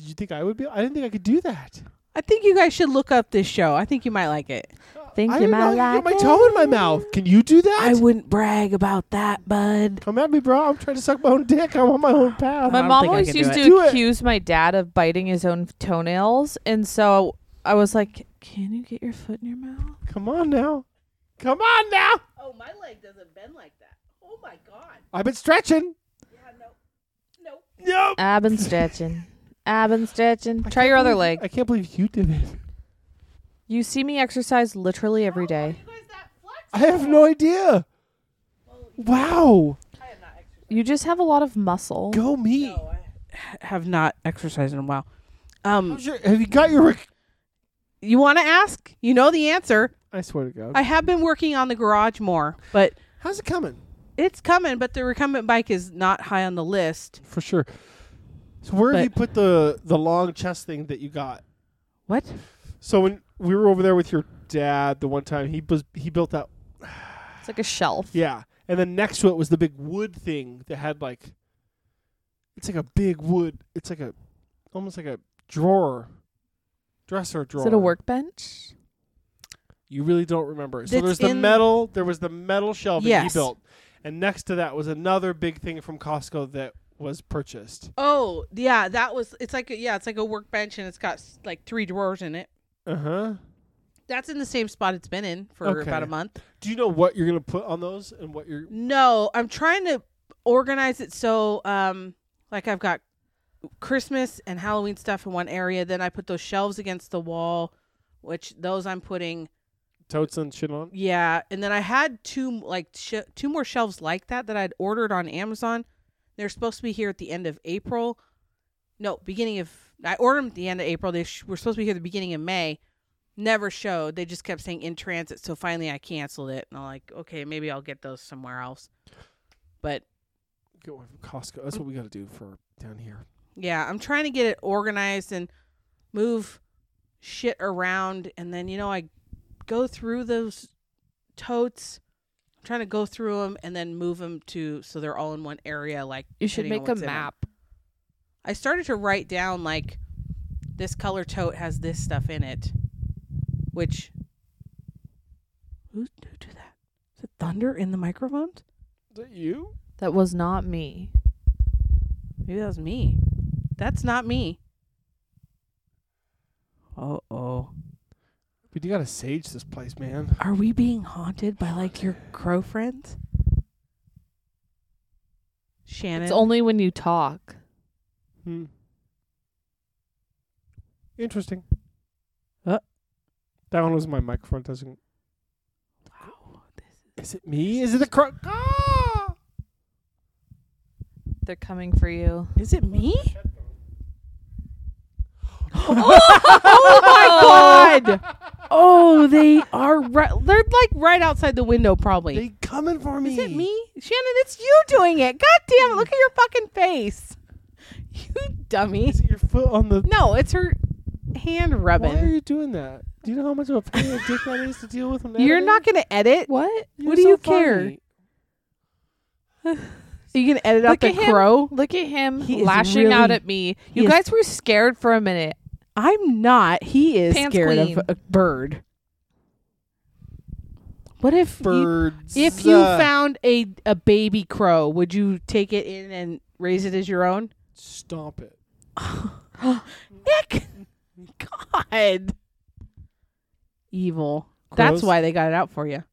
you think I would be? I didn't think I could do that. I think you guys should look up this show. I think you might like it. Think I didn't know I could get my eh? toe in my mouth. Can you do that? I wouldn't brag about that, bud. Come at me, bro. I'm trying to suck my own dick. I'm on my own path. My don't mom think I always can used do to it. Do it. accuse my dad of biting his own toenails, and so I was like, "Can you get your foot in your mouth?" Come on now. Come on now. Oh, my leg doesn't bend like that. Oh my god. I've been stretching. Yeah, no. Nope. I've been stretching. I've been stretching. I Uh, Try can't your other leg. believe- I can't believe you did it. You see me exercise literally every day. I have no idea. Wow. You just have a lot of muscle. Go me. Oh, Have not exercised in a while. Um, How's your- have you got your? Rec- you want to ask? You know the answer. I swear to God. I have been working on the garage more, but How's it coming? it's coming. But the recumbent bike is not high on the list. For sure. So where But- have you put the the long chest thing that you got? What? So when we were over there with your dad the one time, he was he built that It's like a shelf. Yeah. And then next to it was the big wood thing that had like it's like a big wood it's like a almost like a drawer. Dresser drawer. Is it a workbench? You really don't remember. So That's there's the in- metal there was the metal shelf that Yes. he built. And next to that was another big thing from Costco that was purchased. Oh, yeah, that was. It's like a, yeah, it's like a workbench, and it's got s- like three drawers in it. Uh huh. That's in the same spot it's been in for Okay. about a month. Do you know what you're gonna put on those and what you're No, I'm trying to organize it so um like I've got Christmas and Halloween stuff in one area, then I put those shelves against the wall, which those I'm putting totes and shit on? yeah, and then I had two like sh- two more shelves like that that I'd ordered on Amazon. They're supposed to be here at the end of April. No, beginning of I ordered them at the end of April. They sh- were supposed to be here at the beginning of May. Never showed. They just kept saying in transit. So finally, I canceled it, and I'm like, okay, maybe I'll get those somewhere else. But Get one from Costco. That's what we gotta do for down here. yeah, I'm trying to get it organized and move shit around. And then, you know, I go through those totes. I'm trying to go through them and then move them to so they're all in one area. Like, You should depending on make a what's in 'em. map. I started to write down, like, this color tote has this stuff in it, which. Who, who did that? Is it thunder in the microphones? Is that you? That was not me. Maybe that was me. That's not me. Uh oh. We do gotta sage this place, man. Are we being haunted by like your crow friends? Shannon. It's only when you talk. Hmm. Interesting. Uh. That one was my microphone doesn't. wow. This- Is it me? Is it the crow? Ah! They're coming for you. Is it me? Oh God. Oh, they are right. They're like right outside the window, probably. They coming for me. Is it me? Shannon, it's you doing it. God damn it. Look at your fucking face. You dummy. Is it your foot on the? No, it's her hand Why are rubbing. you doing that? Do you know how much of a pain in the dick that is to deal with? when You're editing? not going to edit? What? You're what do so you care? funny. Are you going to edit out Look the at him. crow? Look at him He is lashing out really- at me. he You is- guys were scared for a minute. I'm not. He is Pants scared queen. of a bird. What if you- Birds. if you uh, found a a baby crow, would you take it in and raise it as your own? stomp it. Nick, God, evil. That's Crows? why they got it out for you.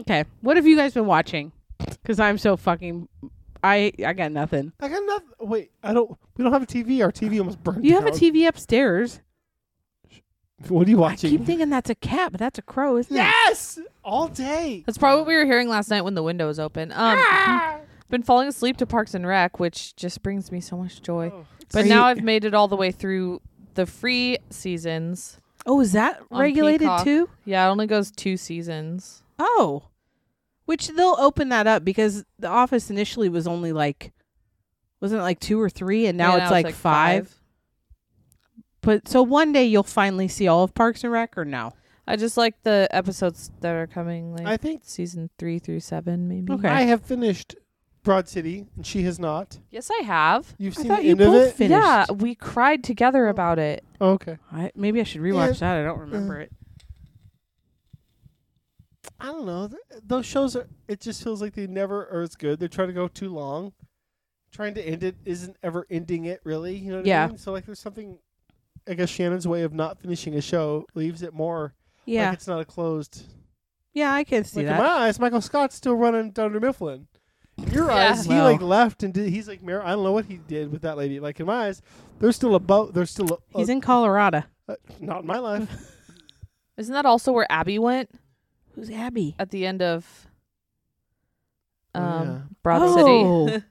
Okay, what have you guys been watching? Because I'm so fucking. I I got nothing. I got nothing. Wait, I don't. We don't have a TV. Our TV almost burned. You have a down. TV upstairs. What are you I keep watching? thinking that's a cat, but that's a crow, isn't it? Yes, all day. Ah! That's probably what we were hearing last night when the window was open. Um, been falling asleep to Parks and Rec, which just brings me so much joy. Oh. But See- now I've made it all the way through the free seasons. Oh, is that On regulated Peacock. too? Yeah, it only goes two seasons. Oh. Which they'll open that up because the office initially was only like wasn't it like 2 or 3 and now, Yeah, it's, like, 5. But so one day you'll finally see all of Parks and Rec or no? I just like the episodes that are coming, like I think season three through seven, maybe. Okay. I have finished Broad City, and she has not. Yes, I have. You've I seen thought the you end of both it. finished. Yeah, we cried together about it. Oh, okay. I, maybe I should rewatch that. I don't remember it. I don't know. Th- Those shows are. It just feels like they never are as good. They're trying to go too long. Trying to end it isn't ever ending it really. You know what Yeah. I mean? So like, there's something. I guess Shannon's way of not finishing a show leaves it more Yeah. like it's not a closed. yeah, I can see like in that. my eyes, Michael Scott's still running Dunder Mifflin. In your Yeah. eyes, he Well. like left and did, he's like Mar- I don't know what he did with that lady. Like in my eyes, there's still a boat. There's still a, He's in Colorado. uh, not in my life. Isn't that also where Abby went Who's Abby? at the end of um, Yeah. Broad Oh. City?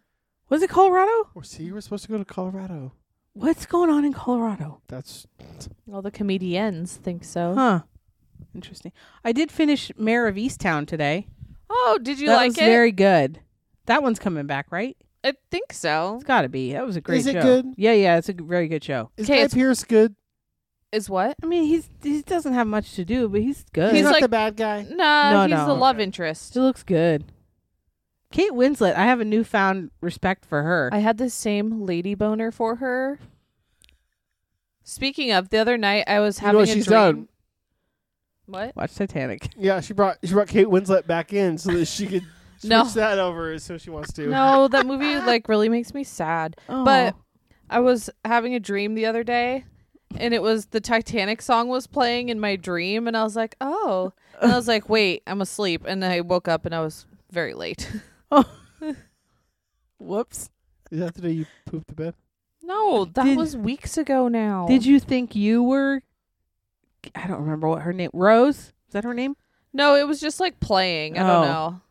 Was it Colorado? Or see, we're supposed to go to Colorado. What's going on in Colorado? That's All the comedians think so. Huh. Interesting. I did finish Mayor of Easttown today. Oh, did you that like was it? very good. That one's coming back, right? I think so. It's got to be. That was a great Is it show. good? Yeah, yeah, it's a g- very good show. is Okay, Guy it's- Pierce good? Is what? I mean, he's he doesn't have much to do, but he's good. He's not like- the bad guy. Nah, No, he's no. the love interest. she looks good. Kate Winslet, I have a newfound respect for her. I had the same lady boner for her. Speaking of, the other night I was You know having what a she's dream. done? What? Watch Titanic. Yeah, she brought she brought Kate Winslet back in so that she could switch No. that over as soon as she wants to. No, that movie like really makes me sad. But I was having a dream the other day and it was the Titanic song was playing in my dream and I was like, "Oh." And I was like, "Wait, I'm asleep." And I woke up and I was very late. whoops. Is that the day you pooped the bed? No, that Did- was weeks ago now. Did you think you were I don't remember what her name Rose? Is that her name? No, it was just like playing. I don't Oh. know.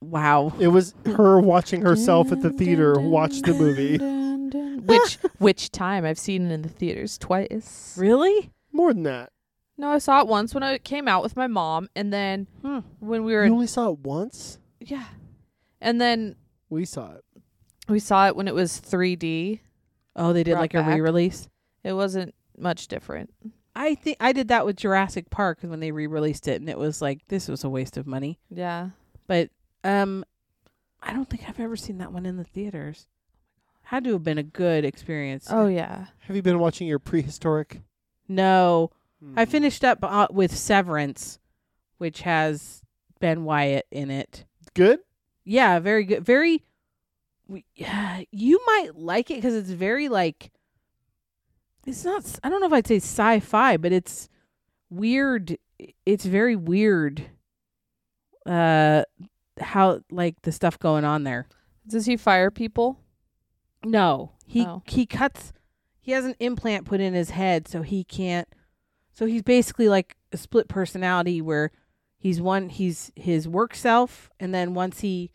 Wow. It was her watching herself at the theater watch the movie. which which time I've seen it in the theaters twice. Really? More than that, No, I saw it once when I came out with my mom, and then Hmm. when we were in, you only saw it once. yeah, and then We saw it. we saw it when it was 3D. Oh, they did Brought like a back. re-release. It wasn't much different. I think I did that with Jurassic Park when they re-released it and it was like this was a waste of money. Yeah, But um I don't think I've ever seen that one in the theaters. Had to have been a good experience. Oh yeah. Have you been watching your prehistoric? No. I Hmm. finished up uh, with Severance, which has Ben Wyatt in it. Good. Yeah, very good. Very. we- Yeah, you might like it because it's very like. It's not. s- I don't know if I'd say sci-fi, but it's weird. It's very weird. Uh, how like the stuff going on there? Does he fire people? No, he Oh. he cuts. He has an implant put in his head, so he can't. So he's basically like a split personality where he's one he's his work self, and then once he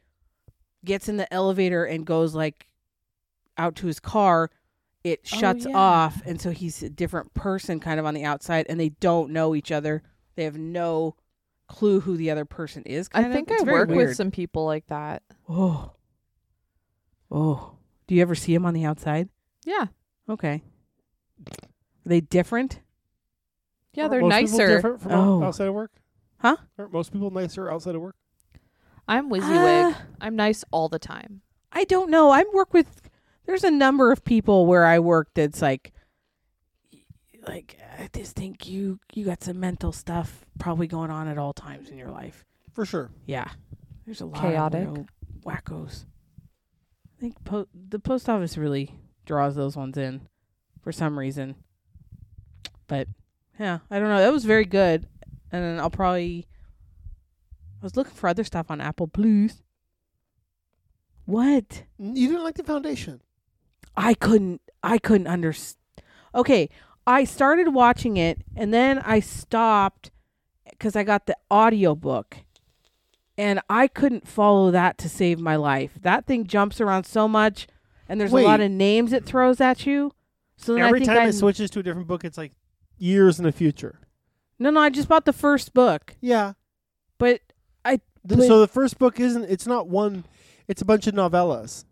gets in the elevator and goes like out to his car, it Oh, shuts yeah. off, and so he's a different person kind of on the outside, and they don't know each other. They have no clue who the other person is. Kind I of. think It's I very work weird. with some people like that. Oh, oh. Do you ever see him on the outside? Yeah, Okay. Are they different? yeah, they're most people nicer. different from Oh. outside of work. Huh? Aren't most people nicer outside of work? I'm WYSIWYG. Uh, I'm nice all the time. I don't know. I work with there's a number of people where I work that's like like I just think you you got some mental stuff probably going on at all times in your life. For sure. Yeah. There's a lot Chaotic. of weirdo wackos. I think po- the post office really draws those ones in for some reason. But yeah, I don't know. That was very good. And then I'll probably I was looking for other stuff on Apple Plus. What? You didn't like the foundation. I couldn't I couldn't understand. Okay, I started watching it and then I stopped cuz I got the audio book. and I couldn't follow that to save my life. That thing jumps around so much, and there's Wait. a lot of names it throws at you. So then I Every think time I it switches to a different book, it's like years in the future. no no I just bought the first book, Yeah. but I Th- but so the first book isn't. It's not one. It's a bunch of novellas.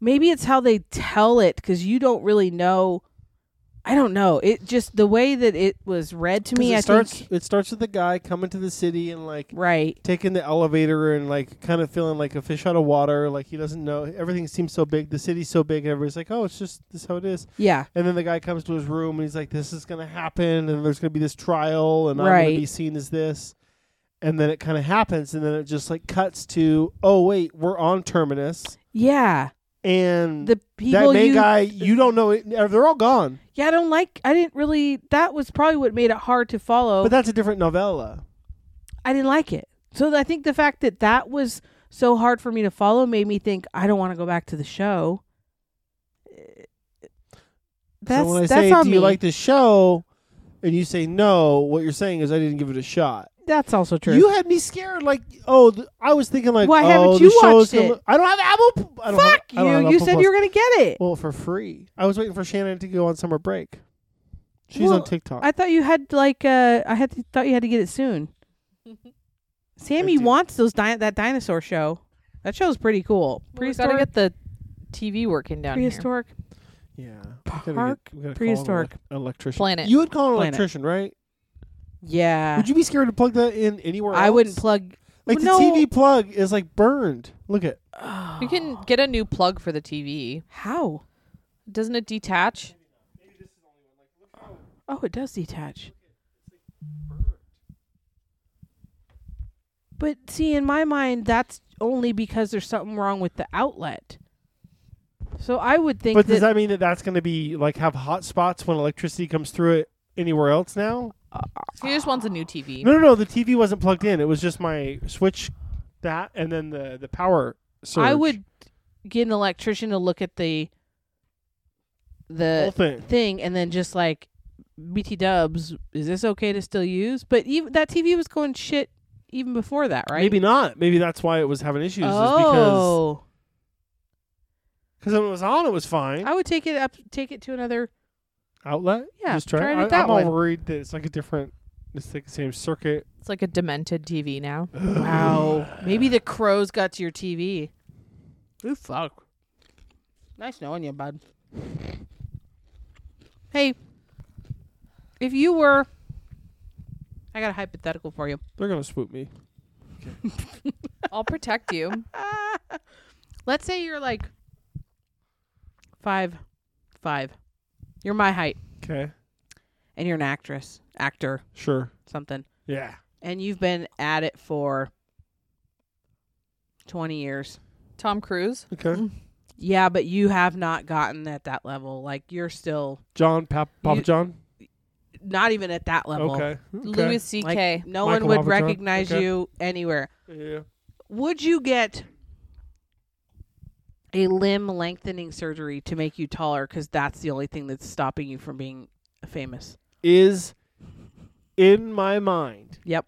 maybe it's how they tell it because you don't really know. I don't know. It just the way that it was read to 'Cause me. it I starts. think It starts with the guy coming to the city and like right. taking the elevator and like kind of feeling like a fish out of water. Like he doesn't know. Everything seems so big. The city's so big. Everybody's like, oh, it's just this is how it is. Yeah. And then the guy comes to his room and he's like, this is gonna happen, and there's gonna be this trial, and I'm gonna Right. be seen as this. And then it kind of happens, and then it just like cuts to, oh wait, we're on terminus, Yeah. and The that people main you guy, you don't know. It, they're all gone. Yeah, I don't like. I didn't really. That was probably what made it hard to follow. But that's a different novella. I didn't like it. So I think the fact that that was so hard for me to follow made me think I don't want to go back to the show. That's so when I that's say, on "Do me. you like the show?" and you say no, what you're saying is I didn't give it a shot. that's also true. You had me scared. Like, oh, th- I was thinking like, Why oh, haven't the you show's watched gonna it? look- I don't have Apple. P- I don't Fuck have, I don't have you! You Apple said Plus. you were gonna get it. well for free. I was waiting for Shannon to go on summer break. She's Well, on TikTok. I thought you had like. Uh, I had to, thought you had to get it soon. Sammy do. wants those di- that dinosaur show. That show's pretty cool. We gotta Prehistoric, get the TV working down here. prehistoric yeah, Park prehistoric. electrician. Planet. You would call an Planet. electrician, right? Yeah, Would you be scared to plug that in anywhere? I wouldn't else? plug. Like No. the TV plug is like burned. Look at You can get a new plug for the TV. How? Doesn't it detach? Oh, it does detach. But see, in my mind, that's only because there's something wrong with the outlet. So I would think But that, does that mean that that's going to be like have hot spots when electricity comes through it anywhere else now? He just wants a new TV. No, no, no. The TV wasn't plugged in. It was just my switch, that, and then the the power. Surge. I would get an electrician to look at the whole the thing. thing and then just like BT Dubs, is this okay to still use? But even that TV was going shit even before that, right? Maybe not. Maybe that's why it was having issues. Is because Oh, because when it was on, it was fine. I would take it up, take it to another Outlet. Yeah, Just try. try it I, at that I'm all one. worried that it's like a different. It's like the same circuit. It's like a demented TV now. Wow. Maybe the crows got to your TV. Ooh, fuck. Nice knowing you, bud. Hey, if you were. I got a hypothetical for you. They're gonna swoop me. I'll protect you. Let's say you're like five, five. You're my height, Okay. and you're an actress, actor, Sure. something. Yeah. And you've been at it for 20 years. Tom Cruise. Okay. Mm. Yeah, but you have not gotten at that level. Like you're still John Pap- Papa You- John. not even at that level. Okay. okay. Louis C.K. Like no Michael one would Avatar. recognize Okay. you anywhere. Yeah. Would you get a limb lengthening surgery to make you taller cuz that's the only thing that's stopping you from being famous? Is in my mind. Yep.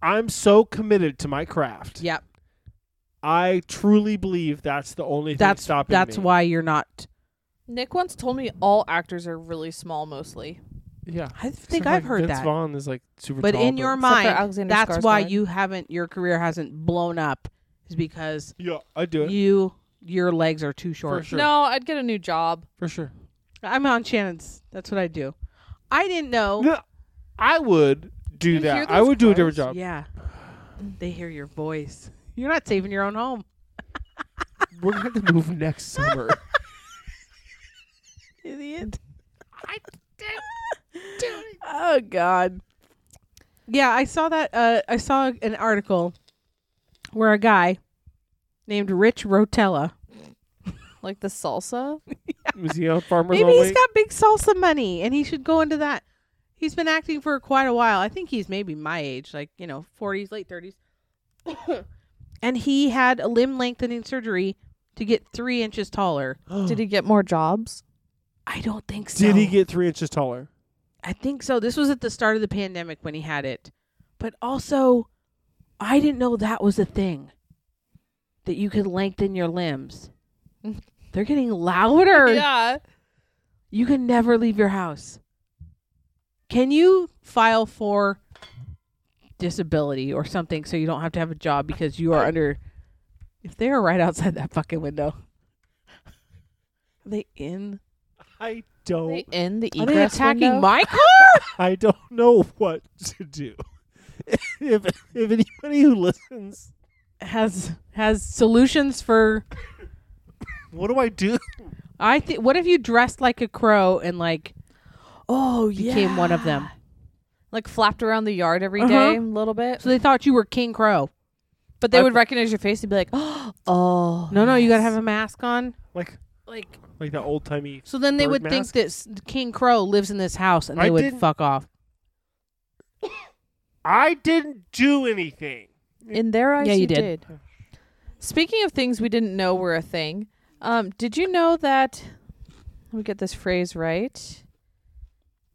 I'm so committed to my craft. Yep. I truly believe that's the only That's thing stopping that's me. why you're not Nick once told me all actors are really small mostly. Yeah. I think I've heard Vince that. Vaughn is like super but tall, in your Except for mind Alexander that's why Skarsgård. you haven't your career hasn't blown up is because Yeah, I do it. you your legs are too short. for sure. No, I'd get a new job. For sure. I'm on Shannon's. That's what I do. I didn't know. No, I would do You hear that. I those would do a different crows? job. Yeah. They hear your voice. You're not saving your own home. We're going to have to move next summer. Idiot. oh God. Yeah, I saw that uh I saw an article where a guy named Rich Rotella. Like the salsa. Was he on Farmers Maybe Only? he's got big salsa money and he should go into that. He's been acting for quite a while. I think he's maybe my age, like, you know, 40s, late 30s. and he had a limb lengthening surgery to get three inches taller. Did he get more jobs? I don't think so. Did he get three inches taller? I think so. This was at the start of the pandemic when he had it. But also, I didn't know that was a thing. That you could lengthen your limbs. They're getting louder. Yeah. You can never leave your house. Can you file for disability or something so you don't have to have a job because you are under if they are right outside that fucking window. Are they in I don't. They in the Are they egress attacking window? my car? I don't know what to do. if if anybody who listens, Has has solutions for what do I do? I think what if you dressed like a crow and like Oh, became one of them? Like flapped around the yard every day a Uh-huh. little bit. So they thought you were King Crow. but they I- would recognize your face and be like, oh. No, no, you gotta have a mask on. Like Like like the old timey. so, then they Bird would think mask? that s- King Crow lives in this house, and they I would didn't- fuck off. I didn't do anything. In their eyes, Yeah, you you did. did. Speaking of things we didn't know were a thing, um, did you know that? Let me get this phrase right.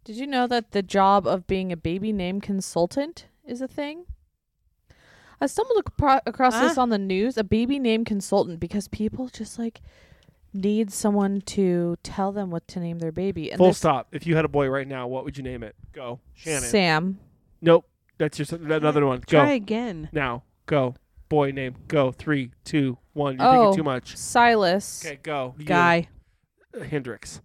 Did you know that the job of being a baby name consultant is a thing? I stumbled acro- across this on the news, a baby name consultant, because people just like need someone to tell them what to name their baby. And Full there's stop. If you had a boy right now, what would you name it? Go, Shannon. Sam. Nope. That's your s- another one. Go Try again. now. Go. Boy name. Go. Three, two, one. You're Oh. thinking too much. Silas. Okay, go. You, Guy, uh, Hendrix.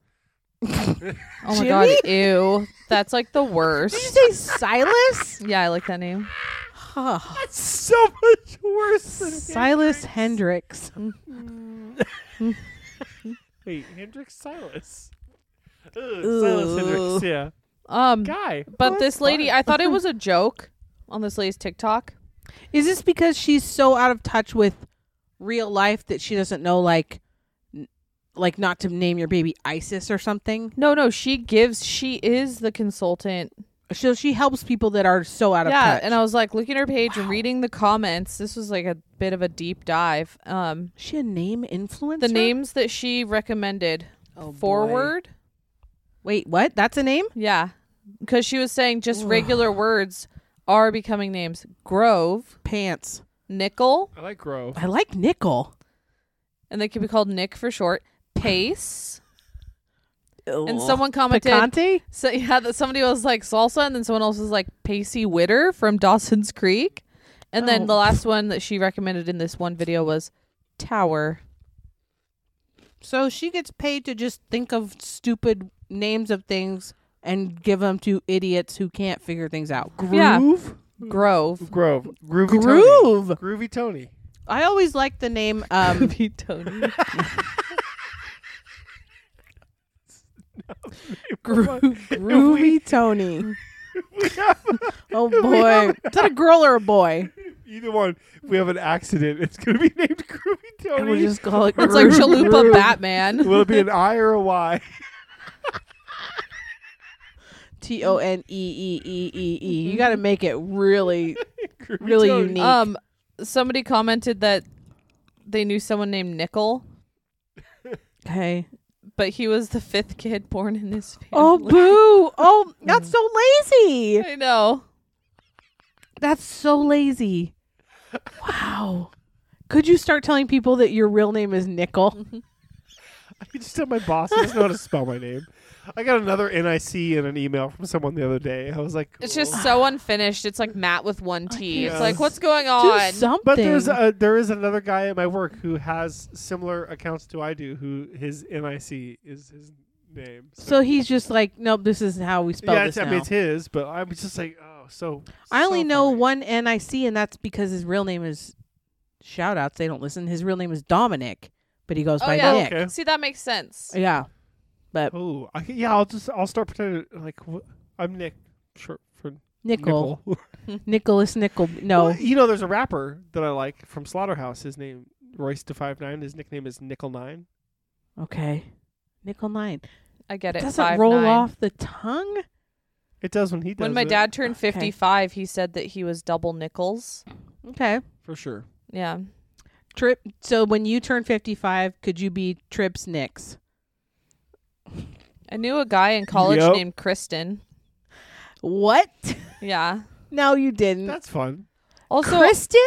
Oh my god, ew. That's like the worst. you say Silas? Yeah, I like that name. That's so much worse than Silas Hendricks. Wait, Hendrix Silas. Ugh, Silas Hendrix. Yeah. Um Guy. But this lady, I thought it was a joke on this lady's TikTok. Is this because she's so out of touch with real life that she doesn't know like, n- like not to name your baby Isis or something? No, no, she gives. She is the consultant. So she helps people that are so out yeah, of touch. and I was like looking at her page and reading the comments. This was like a bit of a deep dive. Um, Is she a name influencer. the names that she recommended Oh, boy. forward. Wait, what? That's a name? Yeah, because she was saying just regular words are becoming names. Grove, Pants. nickel, I like Grove. I like nickel. and they could be called Nick for short. Pace, and Ugh. someone commented. Picante? So yeah, that somebody was like salsa, and then someone else was like Pacey Witter from Dawson's Creek, and then Oh. the last one that she recommended in this one video was Tower. So she gets paid to just think of stupid names of things and give them to idiots who can't figure things out. Yeah. Groove? Hmm. Grove. Grove. Groovy Groove. Tony. Groovy Tony. I always like the name. Um, Tony. Gro- Groovy Tony. We have Oh boy, is that a girl or a boy? either one. If we have an accident, it's going to be named Groovy And we Tony. just call it. it's like Groove. Chalupa Batman. Will it be an I or a Y? T O N E E E E E. You got to make it really, Groovy really Tony. unique. Um, somebody commented that they knew someone named Nickel, okay. but he was the fifth kid born in his family. Oh boo! Oh, that's so lazy. I know. That's so lazy. Wow. Could you start telling people that your real name is Nickel? I just tell my boss he doesn't know how to spell my name. I got another NIC in an email from someone the other day. I was like, It's cool. just so unfinished. It's like Matt with one T. It's can't- like, what's going Do on? something. But there's a, there is another guy at my work who has similar accounts to I do. Who his NIC is his name. so he's just like, nope. This is how we spell yeah, this it's, I now." mean it's his, but I was just like, oh, so. I only so know funny. one NIC, and that's because his real name is shout outs. They don't listen. His real name is Dominic, but he goes Oh, by yeah. Nick. Okay. See, that makes sense. Yeah. But Oh, I, yeah. I'll just I'll start pretending like wh- I'm Nick, short for Nickel. Nickel. Nicholas Nickel. No. Well, you know, there's a rapper that I like from Slaughterhouse. His name Royce to Five Nine. His nickname is Nickel Nine. Okay. Nickel Nine. I get It it. doesn't Five roll nine. off the tongue. It does when he does. When my it, dad turned Okay. 55, he said that he was double nickels. Okay. for sure. Yeah. Trip. So when you turn 55, could you be Trips Nicks? I knew a guy in college Yep. named Kristen. What? Yeah. no, you didn't. Mm. That's fun. Also, Kristen?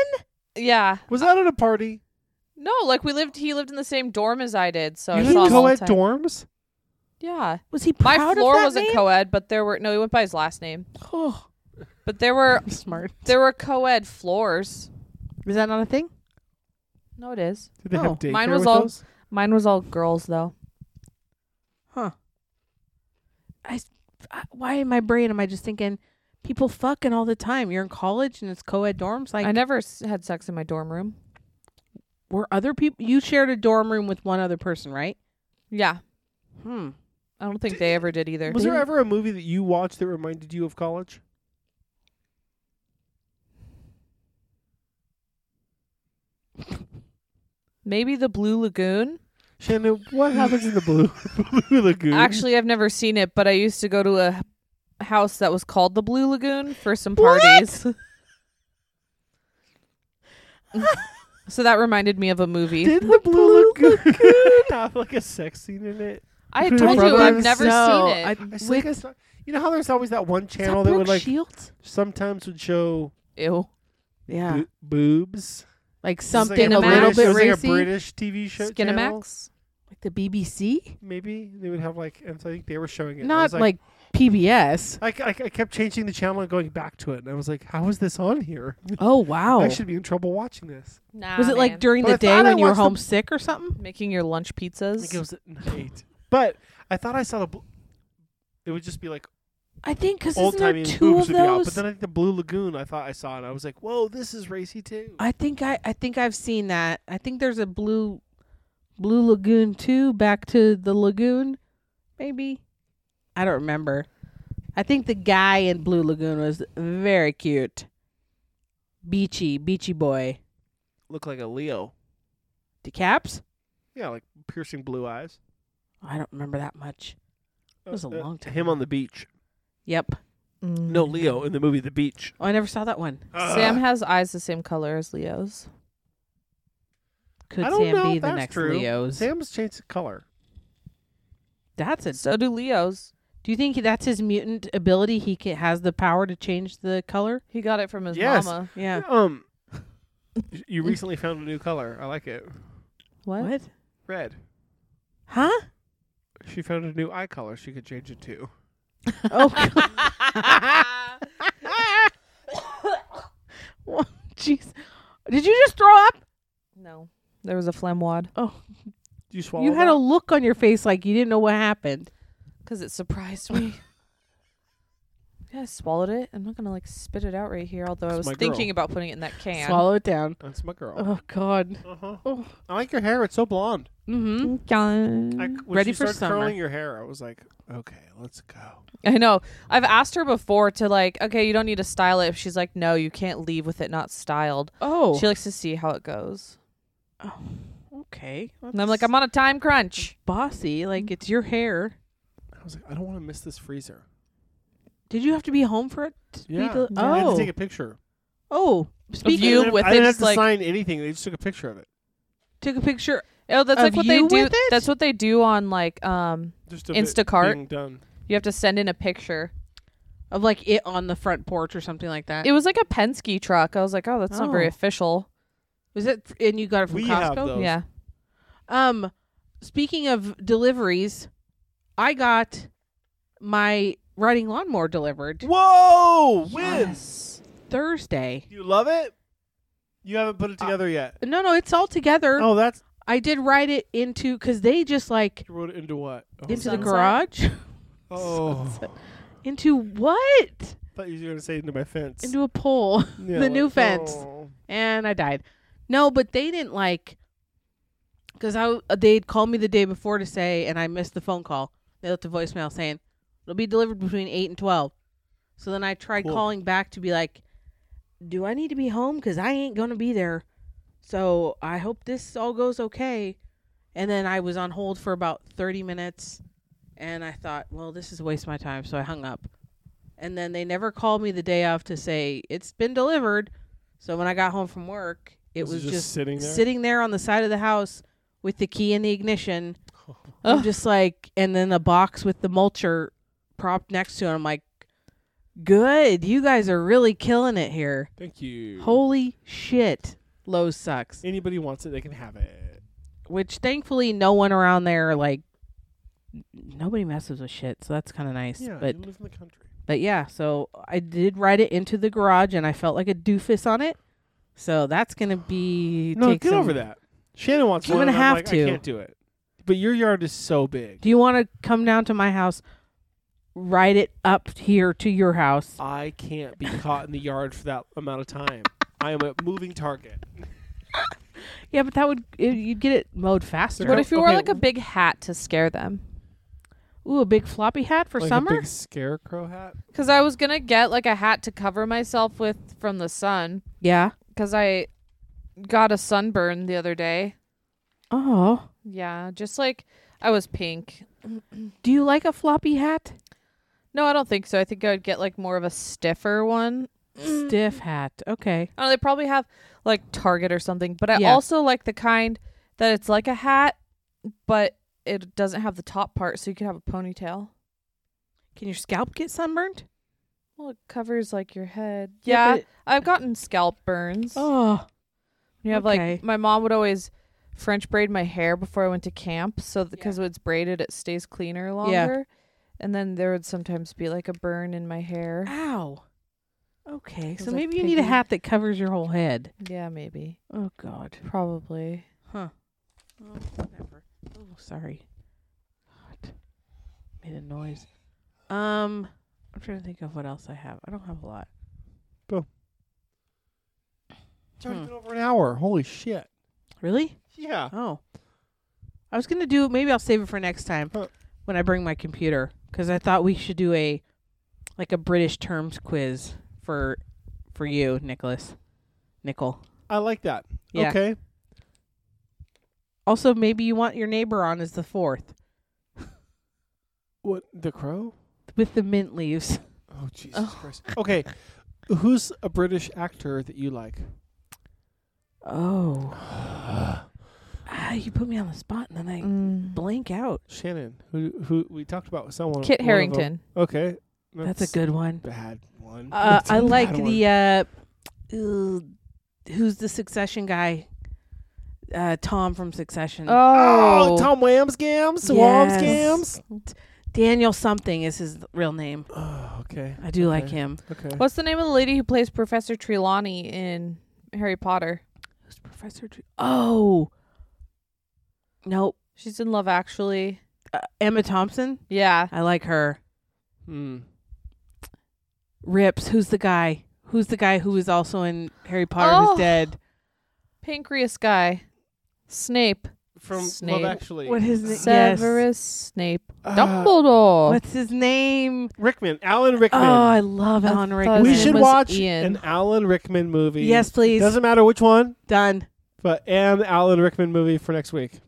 yeah, Was that at a party? no, like we lived. He lived in the same dorm as I did, so I you saw didn't him all co the ed time. dorms? Yeah, Was he my proud of floor that wasn't name? co-ed, but there were no. He went by his last name, Oh, but there were smart. there were co-ed floors. Is that not a thing? No, it is. Did they Oh, have daycare mine was with all- those? Mine was all girls though. I- Why in my brain am I just thinking people fucking all the time? You're in college and it's co-ed dorms. Like, I never s- had sex in my dorm room. were other people? You shared a dorm room with one other person, right? Yeah, Hmm. I don't think they ever did either. Was there ever a movie that you watched that reminded you of college? Maybe the Blue Lagoon. Shannon, what happens in the blue, blue lagoon? Actually, I've never seen it, but I used to go to a h- house that was called the Blue Lagoon for some parties. so that reminded me of a movie. did the blue, lagoon have like a sex scene in it? I had Blue told you I've Brothers? never No, seen it. I- I think I saw, you know how there's always that one Is that channel that, would Brooke like Shields? sometimes would show Ew. Yeah, bo- boobs. It like was something like a, little Skinamax. bit British, it was racy, like a British TV show. channel, Skinamax. like the BBC, Maybe they would have like, and so I think they were showing it. and I not was like PBS. I, I, I kept changing the channel and going back to it, and I was like, "How is this on here? Oh wow. I should be in trouble watching this." Nah, was it like man. during But I the day thought I when you were watched the- homesick or something? making your lunch I think it pizzas? was at night, but I thought I saw the. Bl- it would just be like I think because old isn't timey there and two boobs would of be out, but those? then I think the Blue Lagoon I thought I saw, and I was like, "Whoa, this is racy too." I think I, I think I've seen that. I think there's a blue blue lagoon too, back to the lagoon, maybe. I don't remember. I think the guy in Blue Lagoon was very cute. Beachy, beachy boy. Look like a Leo. Decaps? Yeah, like piercing blue eyes. Uh, I don't remember that much. That was a long time Him on the beach. Yep. Mm. No, Leo in the movie The Beach. Oh, I never saw that one. Uh, Sam has eyes the same color as Leo's. Could I don't Sam know if be the that's next true. Leo's? Sam's changed the color. That's a. So do Leo's. Do you think that's his mutant ability? He ca has the power to change the color. He got it from his Yes. mama. Yeah. Um, you recently found a new color. I like it. What? What? Red. Huh? She found a new eye color she could change it to. Oh. Well, Jeez. Did you just throw up? No. There was a flemwad. Do you swallow? you had a that? look on your face like you didn't know what happened. Because it surprised me. yeah, I swallowed it. I'm not going to like spit it out right here, although I It's was my thinking girl. about putting it in that can. Swallow it down. That's my girl. Oh God. Uh-huh. Oh. I like your hair. It's so blonde. Mm-hmm. Mm, Can. I, when Ready she for started summer. curling your hair, I was like, okay, let's go. I know. I've asked her before to like, okay, you don't need to style it. She's like, no, you can't leave with it not styled. Oh. She likes to see how it goes. oh. Okay. And I'm Mm. like, I'm on a time crunch. bossy. Like it's your hair. I was like, I don't want to miss this freezer. Did you have to be home for it? To be Yeah. del- I had to oh. take a picture. oh. Speaking. you I didn't, with I didn't it, have just to like- sign anything. They just took a picture of it. took a picture. Oh, that's Of like what they you do. with it? That's what they do on like, um, Just of it Instacart? being done. you have to send in a picture. Of like it on the front porch or something like that. It was like a Penske truck. I was like, oh, that's not very Oh. official. was it, and you got it from We have Costco. those. Yeah. Um, speaking of deliveries, I got my riding lawnmower delivered Whoa! When? Yes. Thursday. You love it? You haven't put it together yet. No, no, it's all together. Oh, that's I did ride it into because they just like you wrote it into what? Oh, into sunset. the garage, Oh, into what? thought you were gonna say into my fence. Into a pole, Yeah, the new like, fence, oh. and I died. No, but they didn't like because I w- they'd called me the day before to say, and I missed the phone call. They left a voicemail saying it'll be delivered between eight and twelve. So then I tried Cool. calling back to be like, "Do I need to be home? Because I ain't gonna be there. So I hope this all goes okay." And then I was on hold for about thirty minutes, and I thought, "Well, this is a waste of my time." So I hung up. And then they never called me the day off to say it's been delivered. So when I got home from work, it Was it was just just sitting there? sitting there on the side of the house with the key in the ignition. I'm just like, and then a box with the mulcher propped next to it. I'm like, Good. You guys are really killing it here. Thank you. Holy shit. Lowe's sucks. Anybody wants it, they can have it. Which thankfully no one around there like n- nobody messes with shit, so that's kind of nice. Yeah, but you live in the country. but yeah, so I did ride it into the garage and I felt like a doofus on it. So that's gonna be No, take get some- over that. Shannon wants I'm one. gonna and have like, to. I can't do it. But your yard is so big. Do you want to come down to my house, ride it up here to your house? I can't be caught in the yard for that amount of time. I am a moving target. Yeah, but that would it, you'd get it mowed faster. What if you wore Okay, like a w- big hat to scare them? Ooh, a big floppy hat for like summer. a big scarecrow hat. Because I was gonna get like a hat to cover myself with from the sun. yeah. Because I got a sunburn the other day. Oh, Yeah, just like I was pink. do you like a floppy hat? No, I don't think so. I think I would get like more of a stiffer one. Stiff hat. Okay. I don't know, they probably have like Target or something. But I Yeah. also like the kind that it's like a hat, but it doesn't have the top part, so you could have a ponytail. Can your scalp get sunburned? Well, it covers like your head. Yeah, Yeah, but- I've gotten scalp burns. Oh, You have Okay. like my mom would always French braid my hair before I went to camp, so because it's braided, it stays cleaner longer. And then there would sometimes be like a burn in my hair. ow. Okay, Feels so like maybe you need a piggy. hat that covers your whole head. Yeah, maybe, Oh God. probably. Huh. Oh, whatever. Oh, sorry. God. Made a noise. Um, I'm trying to think of what else I have. I don't have a lot. It's already Hmm. been over an hour. Holy shit. Really? Yeah. Oh. I was gonna do. Maybe I'll save it for next time Huh. when I bring my computer because I thought we should do a like a British terms quiz for for you, Nicholas. Nickel. I like that. Yeah. Okay. Also, maybe you want your neighbor on as the fourth What the crow? with the mint leaves. Oh Jesus Oh. Christ. Okay. Who's a British actor that you like? Oh. ah, you put me on the spot and then I Mm. blank out. Shannon, who who we talked about someone. Kit one of them. Harrington. Okay. That's a good one. bad one. Uh, That's a I bad like one. the uh, ooh, who's the Succession guy? Uh, Tom from Succession. Oh, Tom Wamsgams, Yes. Wamsgams. Daniel something is his real name. Oh, okay, I do like Okay. him. okay. What's the name of the lady who plays Professor Trelawney in Harry Potter? Who's Professor? Dr- oh, nope. She's in Love Actually. Uh, Emma Thompson. Yeah, I like her. Hmm. Rips. Who's the guy? Who's the guy who was also in Harry Potter? Oh. Who's dead? pancreas guy, Snape, From Snape. Love Actually, What his name? Yes. Severus Snape, Uh, Dumbledore. What's his name? Rickman, Alan Rickman. Oh, I love I Alan thought Rickman. we his name should was watch Ian. an Alan Rickman movie. Yes, please. Doesn't matter which one, Done. but an Alan Rickman movie for next week.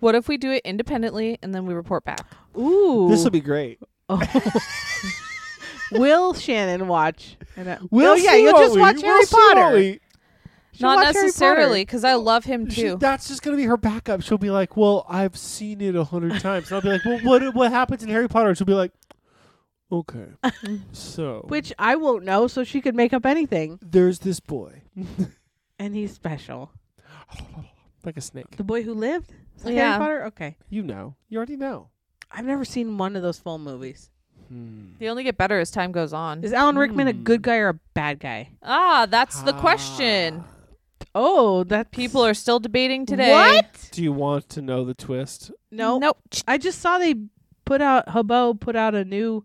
What if we do it independently and then we report back? Ooh. Oh, This will be great. Will Shannon watch? And I- We'll oh, yeah, see you'll what just we- watch we'll Harry see what Potter. we- She'll Not watch Harry necessarily, Potter. because I love him she- too. that's just gonna be her backup. She'll be like, "Well, I've seen it a hundred times." And I'll be like, "Well, what what happens in Harry Potter?" And she'll be like, "Okay, so Which I won't know, so she could make up anything. there's this boy, And he's special. like a snake. The boy who lived? Is that Yeah. Harry Potter? Okay. You know, you already know." I've never seen one of those full movies. Hmm. They only get better as time goes on. Is Alan Rickman a good guy or a bad guy? Ah, that's the question. Ah. Oh, that People are still debating today. What? Do you want to know the twist? No. Nope. I just saw they put out Hubbo put out a new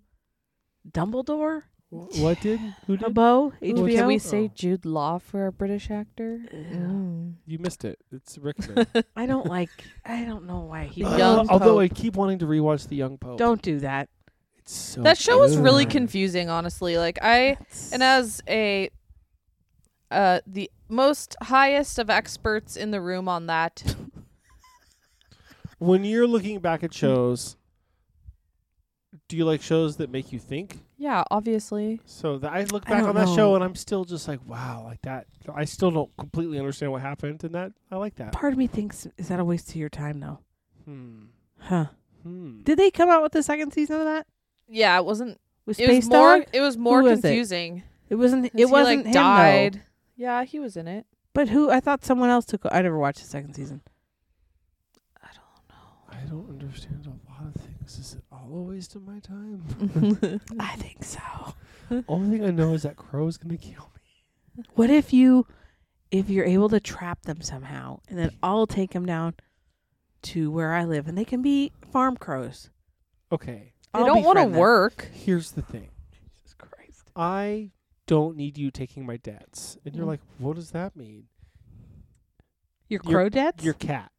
Dumbledore? Wh- What did? Mm-hmm. Who did? Hubbo? Ooh, HBO? can we Oh. say Jude Law for a British actor? Mm. You missed it. It's Rickman. I don't like I don't know why he The Uh, Young although Pope. I keep wanting to rewatch The Young Pope. Don't do that. It's so That Mm. show was really good. confusing, honestly. Like I and as a uh the most highest of experts in the room on that. When you're looking back at shows, do you like shows that make you think? yeah, obviously. So that I look I back don't on that show know. and I'm still just like, wow, like that. I still don't completely understand what happened, and that I like that. part of me thinks is that a waste of your time though Hmm. huh Hmm. did they come out with the second season of that Yeah, it wasn't Was It was Space more. Dog? It was more was it? confusing. It wasn't. 'cause It he, wasn't like him, though. died. Yeah, he was in it. But who? I thought someone else took. I never watched the second season. I don't understand a lot of things. Is it all a waste of my time? I think so. Only thing I know is that Crow's gonna kill me. What if you, if you're able to trap them somehow, and then I'll take them down to where I live, and they can be farm crows. Okay, They I'll don't want to befriend them. work. here's the thing. Jesus Christ. I don't need you taking my debts, and you're Mm. like, what does that mean? Your Your- crow debts. Your cat